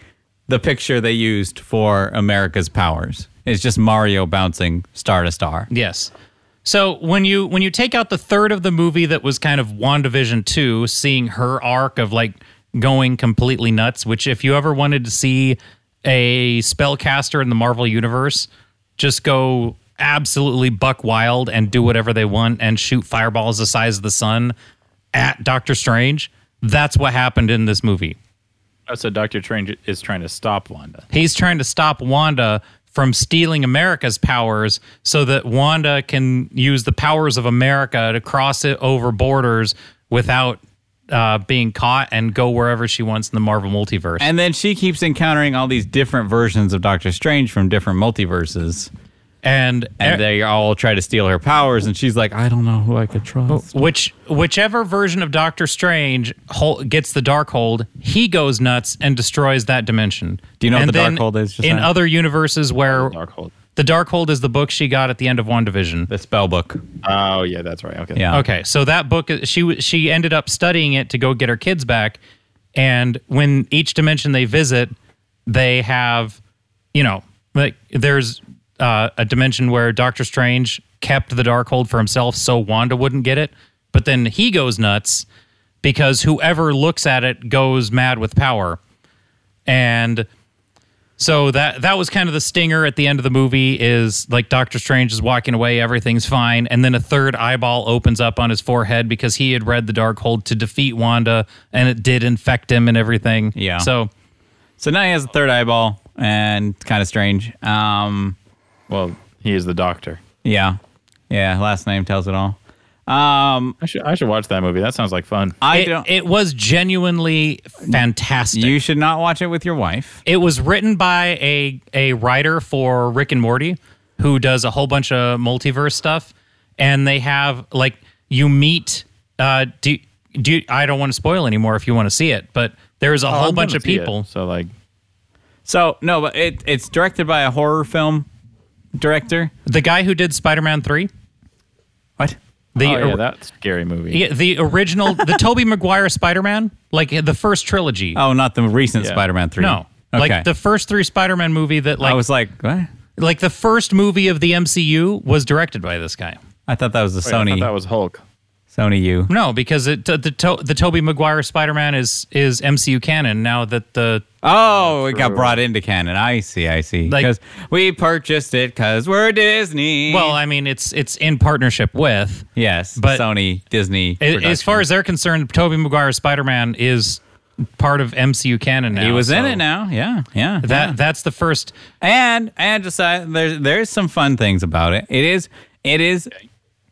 S3: the picture they used for America's powers. It's just Mario bouncing star to star.
S4: Yes. So when you when you take out the third of the movie that was kind of WandaVision 2, seeing her arc of like going completely nuts, which if you ever wanted to see a spellcaster in the Marvel universe, just go absolutely buck wild and do whatever they want and shoot fireballs the size of the sun at Doctor Strange. That's what happened in this movie.
S2: Oh, so Doctor Strange is trying to stop Wanda.
S4: He's trying to stop Wanda from stealing America's powers so that Wanda can use the powers of America to cross it over borders without uh, being caught and go wherever she wants in the Marvel multiverse. And,
S3: And then she keeps encountering all these different versions of Doctor Strange from different multiverses.
S4: Eh. uh,
S3: And they all try to steal her powers, and she's like, I don't know who I could trust.
S4: which whichever version of Doctor Strange hol- gets the Darkhold, he goes nuts and destroys that dimension.
S3: Do you know what
S4: and
S3: the
S4: then
S3: Darkhold is, Josiah?
S4: In other universes where
S2: Darkhold.
S4: the Darkhold is the book she got at the end of WandaVision.
S3: The spell book.
S2: Oh yeah, that's right. Okay.
S3: Yeah.
S4: Okay, so that book she w- she ended up studying it to go get her kids back, and when each dimension they visit, they have, you know, like there's uh, a dimension where Doctor Strange kept the Darkhold for himself so Wanda wouldn't get it, but then he goes nuts because whoever looks at it goes mad with power, and. So that that was kind of the stinger at the end of the movie is like Doctor Strange is walking away, everything's fine, and then a third eyeball opens up on his forehead because he had read the Darkhold to defeat Wanda, and it did infect him and everything.
S3: Yeah.
S4: So
S3: So now he has a third eyeball, and it's kind of strange. Um,
S2: Well, he is the Doctor.
S3: yeah. Yeah. Last name tells it all. Um,
S2: I should I should watch that movie. That sounds like fun.
S3: I
S4: it,
S3: don't.
S4: it was genuinely fantastic.
S3: you should not watch it with your wife.
S4: it was written by a a writer for Rick and Morty who does a whole bunch of multiverse stuff and they have like you meet uh do, do I don't want to spoil anymore if you want to see it but there's a whole
S2: Oh, I'm
S4: bunch
S2: gonna
S4: of
S2: see it.
S4: people
S2: So like,
S3: So, no, but it, it's directed by a horror film director.
S4: the guy who did Spider-Man 3
S3: What?
S4: the
S2: oh yeah,
S4: or-
S2: that scary movie.
S4: yeah, the original
S2: *laughs*
S4: the Toby Maguire Spider-Man like the first trilogy
S3: Oh, not the recent
S2: Yeah.
S3: Spider Man 3.
S4: no
S3: Okay.
S4: like the first three Spider-Man movie that like
S3: I was like, what?
S4: like the first movie of the MCU was directed by this guy
S3: I thought that was the
S2: Wait, Oh, I thought
S3: Sony
S2: that was Hulk.
S3: Sony U.
S4: No, because it, the the, to, the Toby Maguire Spider Man is is MCU canon now that the
S3: Oh, it got brought into canon. I see, I see.
S4: Like-
S3: Because we purchased it because we're Disney.
S4: well, I mean it's it's in partnership with.
S3: yes,
S4: but-
S3: Sony Disney.
S4: A- As
S3: production.
S4: far as they're concerned, Toby Maguire Spider Man is part of MCU canon now.
S3: he was in
S4: so
S3: it now, yeah, yeah.
S4: That
S3: yeah.
S4: that's the first.
S3: and and just uh, there's there's some fun things about it. It is it is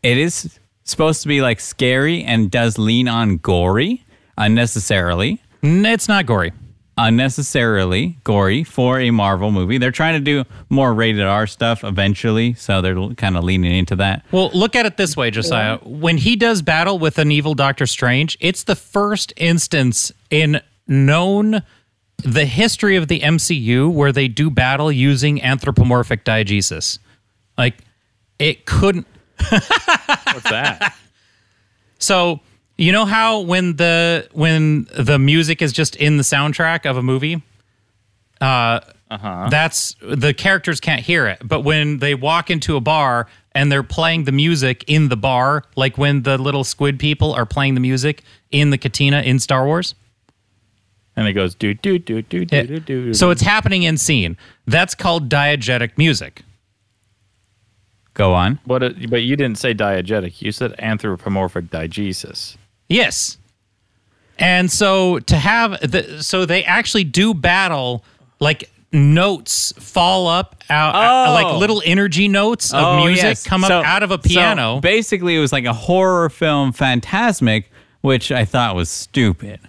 S3: it is supposed to be like scary and does lean on gory unnecessarily.
S4: n- It's not gory.
S3: unnecessarily gory for a Marvel movie. They're trying to do more rated R stuff eventually, so they're kind of leaning into that.
S4: Well, look at it this way, Josiah. When he does battle with an evil Doctor Strange, it's the first instance in known the history of the MCU where they do battle using anthropomorphic diegesis. Like it couldn't
S2: What's that?
S4: So you know how when the when the music is just in the soundtrack of a movie, uh, that's the characters can't hear it. But when they walk into a bar and they're playing the music in the bar, like when the little squid people are playing the music in the katina in Star Wars.
S2: *laughs* and it goes do do do do do do do.
S4: So it's happening in scene. That's called diegetic music.
S3: Go on.
S2: What it, but you didn't say diegetic. You said anthropomorphic diegesis.
S4: Yes. And so to have the so they actually do battle like notes fall up out
S3: Oh.
S4: like little energy notes of
S3: Oh,
S4: music
S3: yes.
S4: come up
S3: So-
S4: out of a
S3: so
S4: piano.
S3: basically, it was like a horror film, Fantasmic, which I thought was stupid.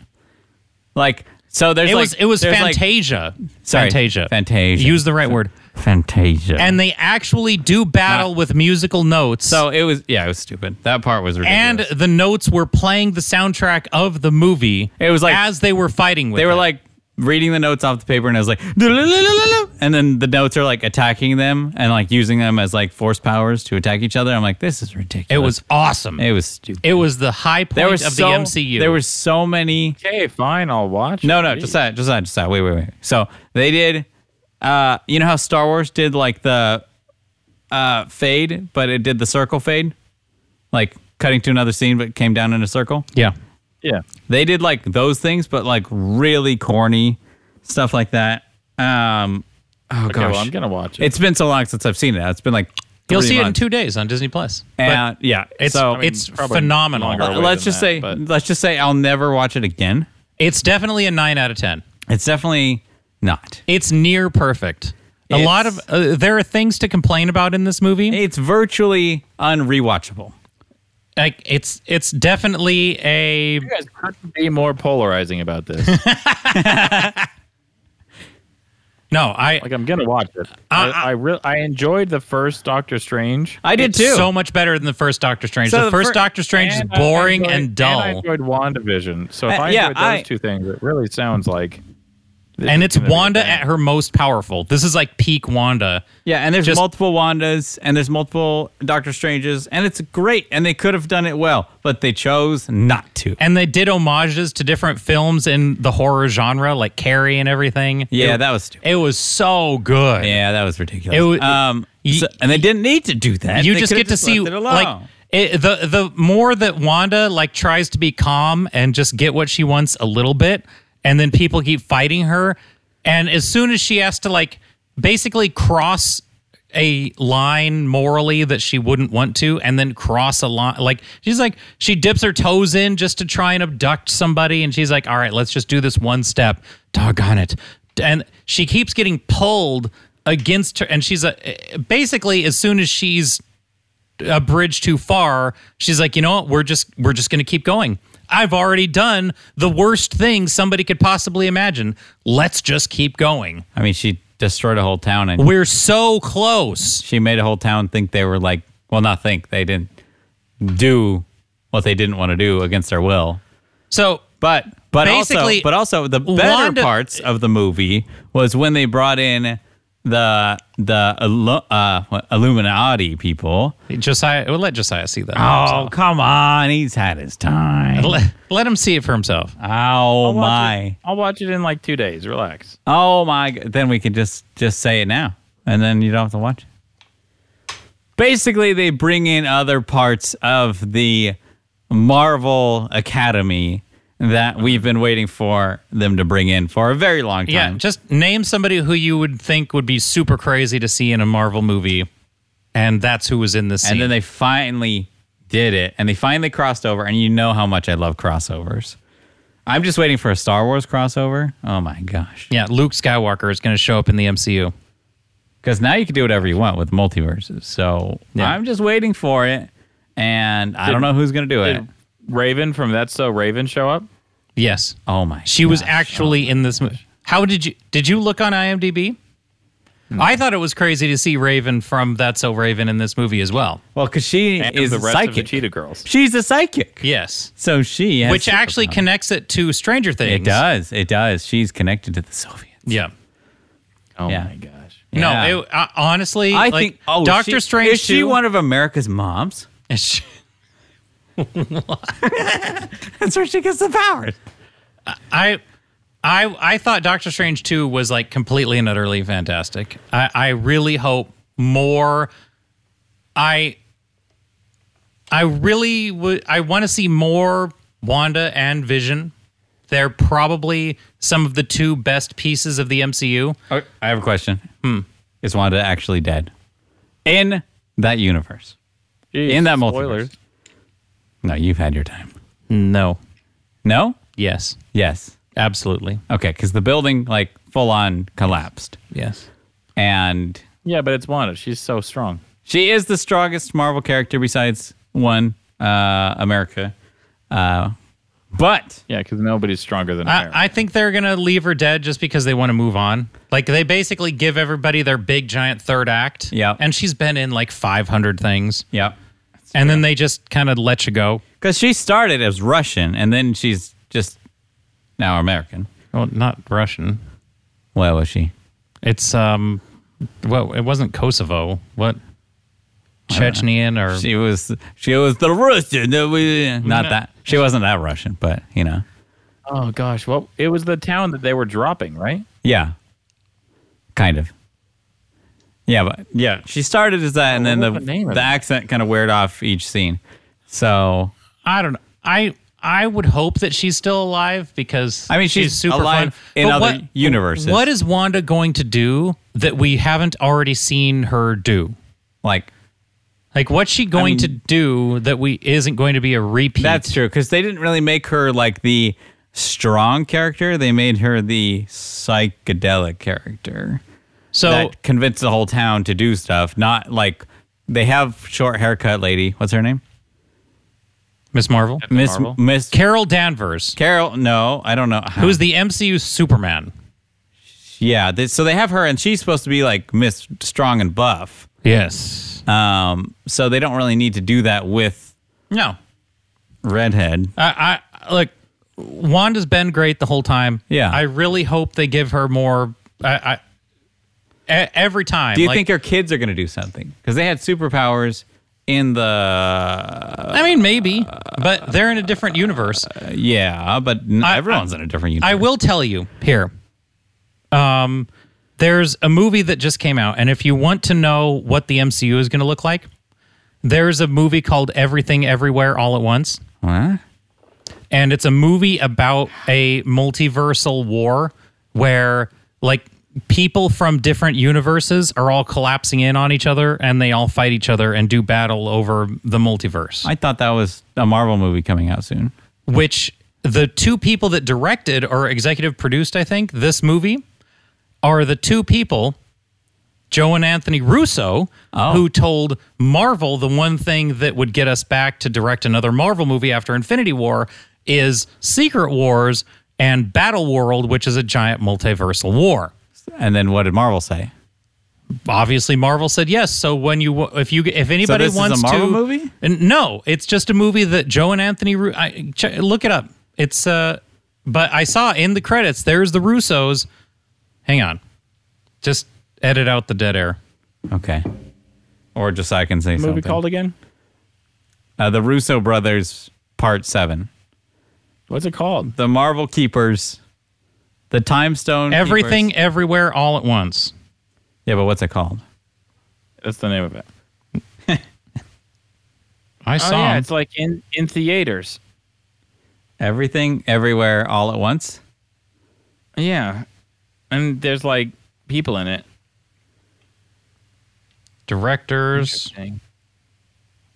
S3: Like, so there's
S4: it
S3: like,
S4: was it was
S3: there's, like-
S4: Fantasia.
S3: Sorry,
S4: Fantasia.
S3: Fantasia.
S4: Use the right word.
S3: Fantasia.
S4: And they actually do battle with musical notes.
S3: so it was, yeah, it was stupid. That part was ridiculous.
S4: and the notes were playing the soundtrack of the movie.
S3: It was like-
S4: as they were fighting with.
S3: they were
S4: it.
S3: like reading the notes off the paper, and I was like, *laughs* "Doo-doo-doo-doo-doo-doo," and then the notes are like attacking them and like using them as like force powers to attack each other. I'm like, this is ridiculous.
S4: it was awesome.
S3: it was stupid.
S4: It was the high point
S3: there
S4: of
S3: was so,
S4: the MCU.
S3: There were so many
S2: Okay, fine, I'll watch.
S3: No, no, just that, just that, just that. Wait, wait, wait. So they did. Uh, you know how Star Wars did like the uh, fade, but it did the circle fade, like cutting to another scene, but came down in a circle.
S4: yeah.
S2: Yeah,
S3: They did like those things, but like really corny stuff like that. Um, oh
S2: okay,
S3: gosh,
S2: well, I'm gonna watch it.
S3: it's been so long since I've seen it. now. It's been like
S4: You'll
S3: three
S4: see
S3: months.
S4: it in two days on Disney Plus.
S3: And, yeah,
S4: It's
S3: so
S4: I mean, it's
S2: probably
S4: phenomenal.
S2: longer away
S3: let's
S2: than
S3: just
S2: that,
S3: say,
S2: but-
S3: let's just say, I'll never watch it again.
S4: it's definitely a nine out of ten.
S3: It's definitely not.
S4: It's near perfect. a
S3: It's-
S4: lot of uh, there are things to complain about in this movie.
S3: It's virtually unrewatchable.
S4: like it's it's definitely a
S2: you guys couldn't be more polarizing about
S3: *laughs*
S2: this.
S4: no. I
S2: like I'm gonna watch
S3: Uh,
S2: it. I, I, re- I enjoyed the first Doctor Strange.
S3: I did
S4: it's
S3: too.
S4: so much better than the first Doctor Strange.
S3: So
S4: the
S3: the
S4: first
S3: fir-
S4: Doctor Strange is
S2: And I
S4: boring
S2: enjoyed-
S4: and dull,
S2: I
S4: and,
S2: enjoyed WandaVision. So if
S3: Uh,
S2: I
S3: yeah,
S2: enjoyed those
S3: I-
S2: two things, it really sounds like. this is
S4: it's
S2: gonna be
S4: Wanda
S2: bad.
S4: at her most powerful. This is like peak Wanda.
S3: yeah, and there's
S4: just-
S3: multiple Wandas and there's multiple Doctor Stranges, and it's great. And they could have done it well, but they chose not to.
S4: And they did homages to different films in the horror genre, like Carrie and everything.
S3: Yeah,
S4: It-
S3: that was stupid.
S4: It was so good.
S3: Yeah, that was ridiculous.
S4: It was-
S3: um,
S4: y-
S3: so- and they didn't need to do that.
S4: you
S3: They
S4: just
S3: could have
S4: get to see
S3: left it alone.
S4: like it, the the more that Wanda like tries to be calm and just get what she wants a little bit, and then people keep fighting her, and as soon as she has to like basically cross a line morally that she wouldn't want to and then cross a line like she's like she dips her toes in just to try and abduct somebody and she's like all right let's just do this one step doggone it and she keeps getting pulled against her and she's a eh, basically as soon as she's a bridge too far she's like you know what we're just we're just going to keep going i've already done the worst thing somebody could possibly imagine let's just keep going
S3: I mean, she destroyed a whole town, and
S4: we're so close
S3: she made a whole town think they were like, well, not think they didn't do what they didn't want to do against their will.
S4: so
S3: But but
S4: Basically,
S3: also but also the better
S4: Wanda-
S3: parts of the movie was when they brought in the the Illu- uh, what, Illuminati people.
S4: josiah we'll let josiah see that
S3: Oh come on, he's had his time.
S4: let, let him see it for himself
S3: Oh
S2: I'll watch
S3: my,
S2: it- I'll watch it in like two days. Relax.
S3: oh my. g- Then we can just just say it now, and then you don't have to watch. it. Basically, they bring in other parts of the Marvel Academy that we've been waiting for them to bring in for a very long time.
S4: yeah just name somebody who you would think would be super crazy to see in a marvel movie and that's who was in this scene.
S3: And then they finally did it, and they finally crossed over. And you know how much I love crossovers. I'm just waiting for a Star Wars crossover. Oh my gosh!
S4: yeah luke skywalker is going to show up in the mcu
S3: Because now you can do whatever you want with multiverses. So
S4: Yeah.
S3: I'm just waiting for it, and I don't know who's gonna do it.
S2: Did Raven from That's So Raven show up?
S4: yes
S3: oh my!
S4: She was
S3: gosh.
S4: actually in this movie. How did you did you look on IMDb?
S3: Hmm.
S4: I thought it was crazy to see Raven from That's So Raven in this movie as well.
S3: well because she
S2: And
S3: is
S2: the
S3: a
S2: rest of the
S3: psychic.
S2: Cheetah Girls.
S3: She's a psychic.
S4: Yes,
S3: So she has
S4: which actually
S3: superpowers.
S4: connects it to Stranger Things.
S3: it does it does. She's connected to the Soviets.
S4: Yeah.
S2: Oh
S3: Yeah.
S2: my gosh.
S3: Yeah.
S4: No, it, uh, honestly,
S3: I
S4: like,
S3: think oh
S4: Doctor
S3: she-
S4: Strange
S3: is she
S4: two- *laughs*
S3: one of America's moms? *laughs*
S4: Is she-
S3: That's where she gets the powers.
S4: I. I, I thought Doctor Strange 2 was like completely and utterly fantastic. I, I really hope more I I really would I want to see more Wanda and Vision. They're probably some of the two best pieces of the MCU.
S3: I have a question. Hmm. Is Wanda actually dead in that universe? In that multiverse.
S2: Spoilers.
S3: No, you've had your time.
S4: No.
S3: No?
S4: Yes.
S3: Yes.
S4: Absolutely.
S3: Okay, because the building like full on collapsed,
S4: Yes.
S3: and
S2: Yeah, but it's Wanda. She's so strong.
S3: she is the strongest Marvel character besides one uh, America. Uh, but
S2: Yeah, because nobody's stronger than her.
S4: I, I think they're gonna leave her dead just because they want to move on. Like they basically give everybody their big giant third act.
S3: Yeah.
S4: And she's been in like five hundred things.
S3: yeah,
S4: And then they just kind of let you go.
S3: because she started as Russian and then she's just now American.
S4: Well, not Russian.
S3: Where was she?
S4: It's um, well, it wasn't Kosovo. What? Chechenian or
S3: She was she was the Russian. that we- Not that she wasn't that Russian, but you know,
S2: oh gosh, well, it was the town that they were dropping, right?
S3: yeah, kind of. Yeah, but yeah, she started as that, and then the
S2: Oh, what was the name of
S3: the
S2: it?
S3: accent kind of weared off each scene. So
S4: I don't know. I I would hope that she's still alive because
S3: I mean, she's
S4: super
S3: alive
S4: fun.
S3: in
S4: But
S3: other universes.
S4: What is Wanda going to do that we haven't already seen her do?
S3: like
S4: Like what's she going
S3: mean-
S4: to do that we isn't going to be a repeat?
S3: that's true because they didn't really make her like the strong character. They made her the psychedelic character.
S4: so
S3: that convinced the whole town to do stuff. Not like they have short haircut lady. What's her name?
S4: Miss Marvel,
S3: Miss
S2: Marvel?
S3: Miss
S4: Carol Danvers,
S3: Carol. No, I don't know.
S4: who's the MCU Superman.
S3: yeah? They, so they have her, and she's supposed to be like Miss Strong and Buff.
S4: Yes.
S3: Um, so they don't really need to do that with
S4: no.
S3: redhead.
S4: I, I look. Wanda's been great the whole time.
S3: Yeah.
S4: I really hope they give her more. I, I e- every time.
S3: Do you
S4: like-
S3: think her kids are going to do something? Because they had superpowers in the
S4: I mean, maybe, but they're in a different universe.
S3: yeah, but n-
S4: I-
S3: everyone's
S4: I-
S3: in a different universe.
S4: I will tell you here. Um, there's a movie that just came out, and if you want to know what the MCU is going to look like, there's a movie called Everything Everywhere All at Once.
S3: What?
S4: and it's a movie about a multiversal war where like people from different universes are all collapsing in on each other and they all fight each other and do battle over the multiverse
S3: I thought that was a Marvel movie coming out soon.
S4: which the two people that directed or executive produced i think this movie are the two people Joe and Anthony Russo, who told Marvel the one thing that would get us back to direct another Marvel movie after Infinity War is Secret Wars and Battle World, which is a giant multiversal war.
S3: And then what did Marvel say?
S4: Obviously, Marvel said yes. So when you if you if anybody
S3: this is a
S4: wants
S3: Marvel
S4: to
S3: movie?
S4: And no, it's just a movie that Joe and Anthony Ru- I, ch- look it up. It's uh, but I saw in the credits there's the Russos. Hang on, just edit out the dead air.
S3: Okay. Or just so I can say
S2: Movie
S3: something.
S2: called again?
S3: uh, the Russo Brothers Part Seven,
S2: What's it called?
S3: the Marvel Keepers, the Time Stone.
S4: Everything,
S3: Keepers.
S4: everywhere, all at once.
S3: Yeah, but what's it called?
S2: That's the name of it.
S4: I
S2: Oh
S4: saw
S2: yeah,
S4: him.
S2: it's like in in theaters.
S3: Everything, everywhere, all at once.
S2: Yeah, and there's like people in it.
S4: directors,
S2: Interesting.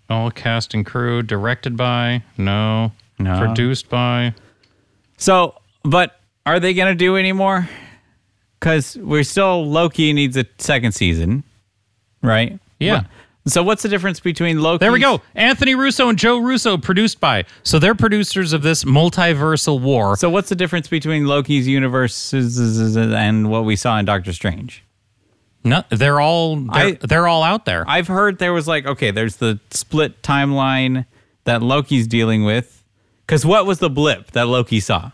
S4: all cast and crew, directed by, no,
S3: No.
S4: produced by.
S3: So, but are they gonna do any more? Because we're still Loki needs a second season, right?
S4: Yeah.
S3: So what's the difference between Loki?
S4: There we go. Anthony Russo and Joe Russo produced by. So they're producers of this multiversal war.
S3: So what's the difference between Loki's universes and what we saw in Doctor Strange?
S4: No, they're all they're,
S3: I-
S4: they're all out there.
S3: I've heard there was like, okay, there's the split timeline that Loki's dealing with. Because what was the blip that Loki saw?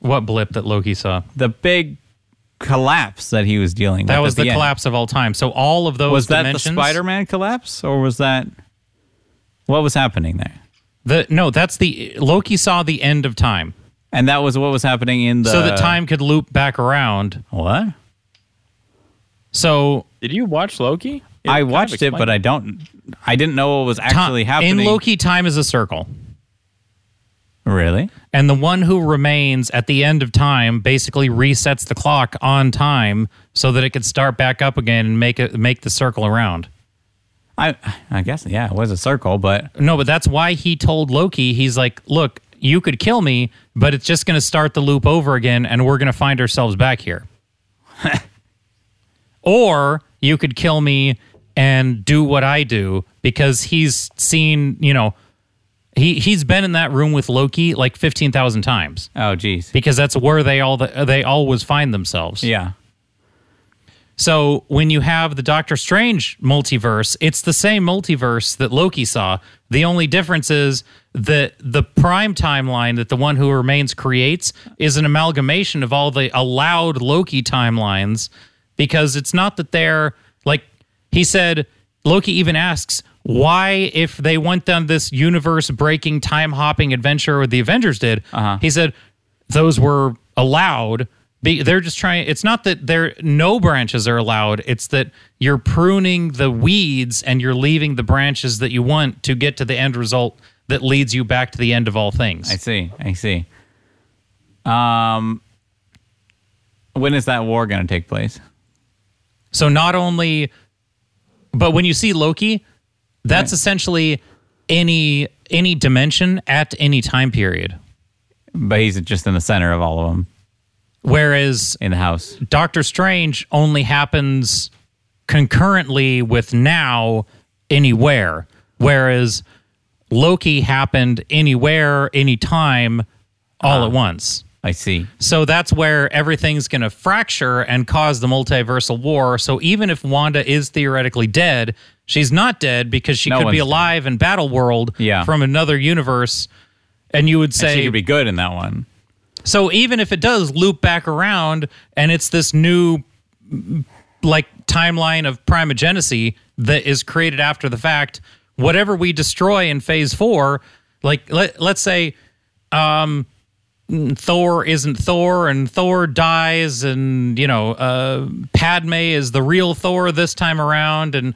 S4: what blip that Loki saw?
S3: The big collapse that he was dealing with.
S4: That
S3: at
S4: was the,
S3: end.
S4: collapse of all time. So all of those
S3: Was that the
S4: dimensions-
S3: Spider Man collapse or was that. What was happening there?
S4: The no, that's the Loki saw the end of time,
S3: And that was what was happening in the.
S4: so that time could loop back around.
S3: What?
S4: So
S2: Did you watch Loki?
S3: I
S2: kind of
S3: watched it, but
S2: explained
S3: I don't. I didn't know what was
S4: Ti-
S3: actually happening.
S4: In Loki, time is a circle.
S3: really?
S4: And the one who remains at the end of time basically resets the clock on time so that it could start back up again and make it make the circle around.
S3: I I guess yeah, it was a circle, but
S4: No, but that's why he told Loki, he's like, look, you could kill me, but it's just going to start the loop over again and we're going to find ourselves back here. *laughs* or you could kill me and do what I do because he's seen, you know, he, he's been in that room with Loki like 15,000 times
S3: oh geez,
S4: because that's where they all they always find themselves.
S3: yeah,
S4: So when you have the Doctor Strange multiverse, it's the same multiverse that Loki saw. The only difference is that the prime timeline that the one who remains creates is an amalgamation of all the allowed Loki timelines because it's not that they're like he said Loki even asks why if they went down this universe breaking time hopping adventure with the Avengers did. He said those were allowed. Be- They're just trying. It's not that there no branches are allowed. It's that you're pruning the weeds and you're leaving the branches that you want to get to the end result that leads you back to the end of all things.
S3: I see, I see. Um, when is that war going to take place?
S4: So not only, but when you see Loki, that's essentially any any dimension at any time period.
S3: But he's just in the center of all of them
S4: Whereas
S3: in the house.
S4: Doctor Strange only happens concurrently with now anywhere, whereas Loki happened anywhere, anytime, all at once.
S3: I see.
S4: So that's where everything's going to fracture and cause the multiversal war. So even if Wanda is theoretically dead, she's not dead because she
S3: No
S4: could be
S3: one's
S4: alive in Battle World
S3: Yeah.
S4: from another universe. And you would say
S3: She could be good in that one.
S4: so even if it does loop back around and it's this new mm, like timeline of primogenicy that is created after the fact, whatever we destroy in phase 4, like let, let's say um Thor isn't Thor and Thor dies and you know uh Padme is the real Thor this time around and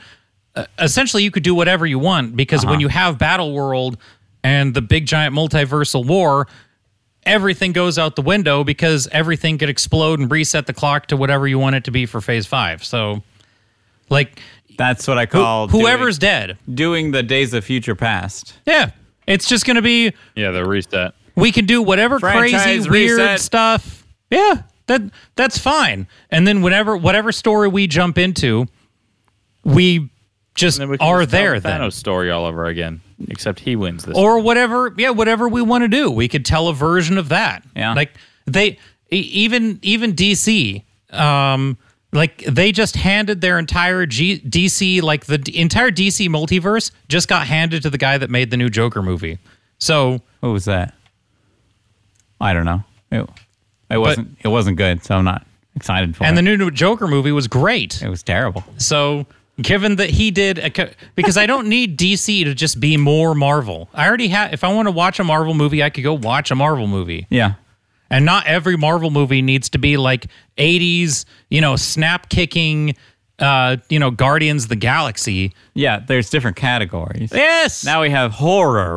S4: uh, essentially you could do whatever you want because
S2: Uh-huh.
S4: when you have Battle World and the big giant multiversal war everything goes out the window because everything could explode and reset the clock to whatever you want it to be for phase five. So, like,
S3: That's what I call
S4: whoever's dead,
S3: doing, doing the Days of Future Past.
S4: yeah, it's just going to be
S2: Yeah, the reset.
S4: we can do whatever
S3: Franchise
S4: crazy, weird
S3: reset.
S4: stuff. Yeah, that that's fine. And then whenever whatever story we jump into, we just
S2: Then we can
S4: are
S2: just tell
S4: there
S2: the
S4: then. Oh,
S2: Thanos story all over again, except he wins this.
S4: or whatever yeah whatever we want to do we could tell a version of that
S3: Yeah.
S4: like they e- even even dc um like they just handed their entire G- dc like the d- entire dc multiverse just got handed to the guy that made the new joker movie so
S3: What was that? I don't know. It, it wasn't. it wasn't good. So I'm not excited for
S4: and
S3: it.
S4: the new joker movie was great
S3: it was terrible.
S4: so given that he did a co- because i don't need dc to just be more marvel i already have if i want to watch a marvel movie i could go watch a marvel movie
S3: Yeah.
S4: And not every Marvel movie needs to be like 80s, you know, snap kicking, uh, you know, Guardians of the Galaxy.
S3: Yeah. There's different categories.
S4: Yes.
S3: Now we have horror.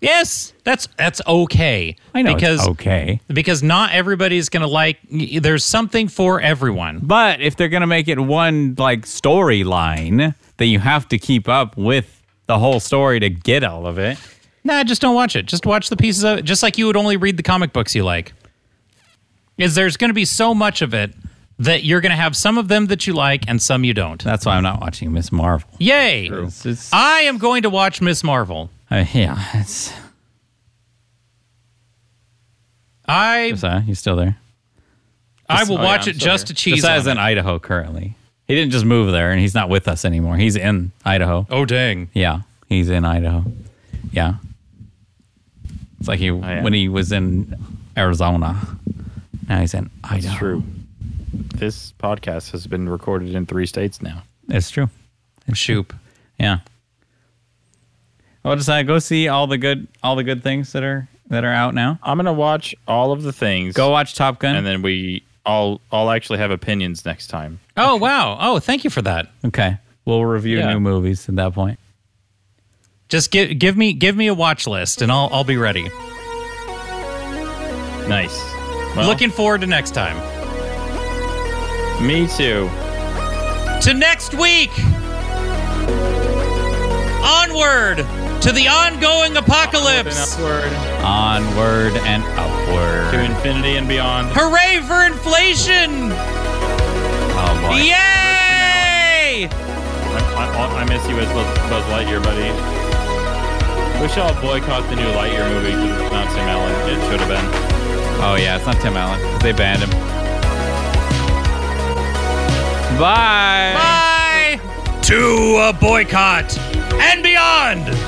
S4: yes. That's that's okay.
S3: I know
S4: because
S3: it's okay,
S4: because not everybody's going to like y- there's something for everyone.
S3: but if they're gonna make it one like storyline, then you have to keep up with the whole story to get all of it.
S4: Nah, just don't watch it. Just watch the pieces of it. Just like you would only read the comic books you like. Is there's going to be so much of it that you're going to have some of them that you like and some you don't.
S3: That's why I'm not watching Miss Marvel.
S4: Yay.
S3: It's, it's,
S4: I am going to watch Miss Marvel.
S3: uh, yeah. It's,
S4: I
S3: so you uh, still there?
S4: I will
S2: Oh, yeah,
S4: watch
S2: I'm
S4: it
S2: still
S4: just to
S2: here.
S4: cheese.
S3: Josiah's
S4: on
S3: in
S4: it.
S3: Idaho currently. He didn't just move there, and he's not with us anymore. He's in Idaho.
S4: oh dang!
S3: Yeah, he's in Idaho. Yeah, it's like he
S2: Oh, yeah.
S3: when he was in Arizona. Now he's in Idaho.
S2: It's true. This podcast has been recorded in three states now.
S3: It's true.
S4: Shoop.
S3: Yeah. Well, just uh, go see all the good all the good things that are that are out now.
S2: I'm gonna watch all of the things.
S3: Go watch Top Gun.
S2: and then we all all actually have opinions next time.
S4: Oh wow! Oh, thank you for that.
S3: okay. We'll review
S2: Yeah.
S3: new movies at that point.
S4: Just give give me give me a watch list and I'll I'll be ready.
S2: Nice. Well,
S4: Looking forward to next time.
S2: me too.
S4: To next week. Onward to the ongoing apocalypse.
S3: Onward and
S2: To
S3: upward.
S2: infinity and beyond.
S4: Hooray for inflation!
S3: Oh boy.
S4: Yay!
S2: I, I, I miss you as Buzz Buzz Lightyear, buddy. We should all boycott the new Lightyear movie because it's not Tim Allen. It should have been.
S3: Oh yeah, it's not Tim Allen. They banned him. Bye.
S4: Bye! To a boycott and beyond!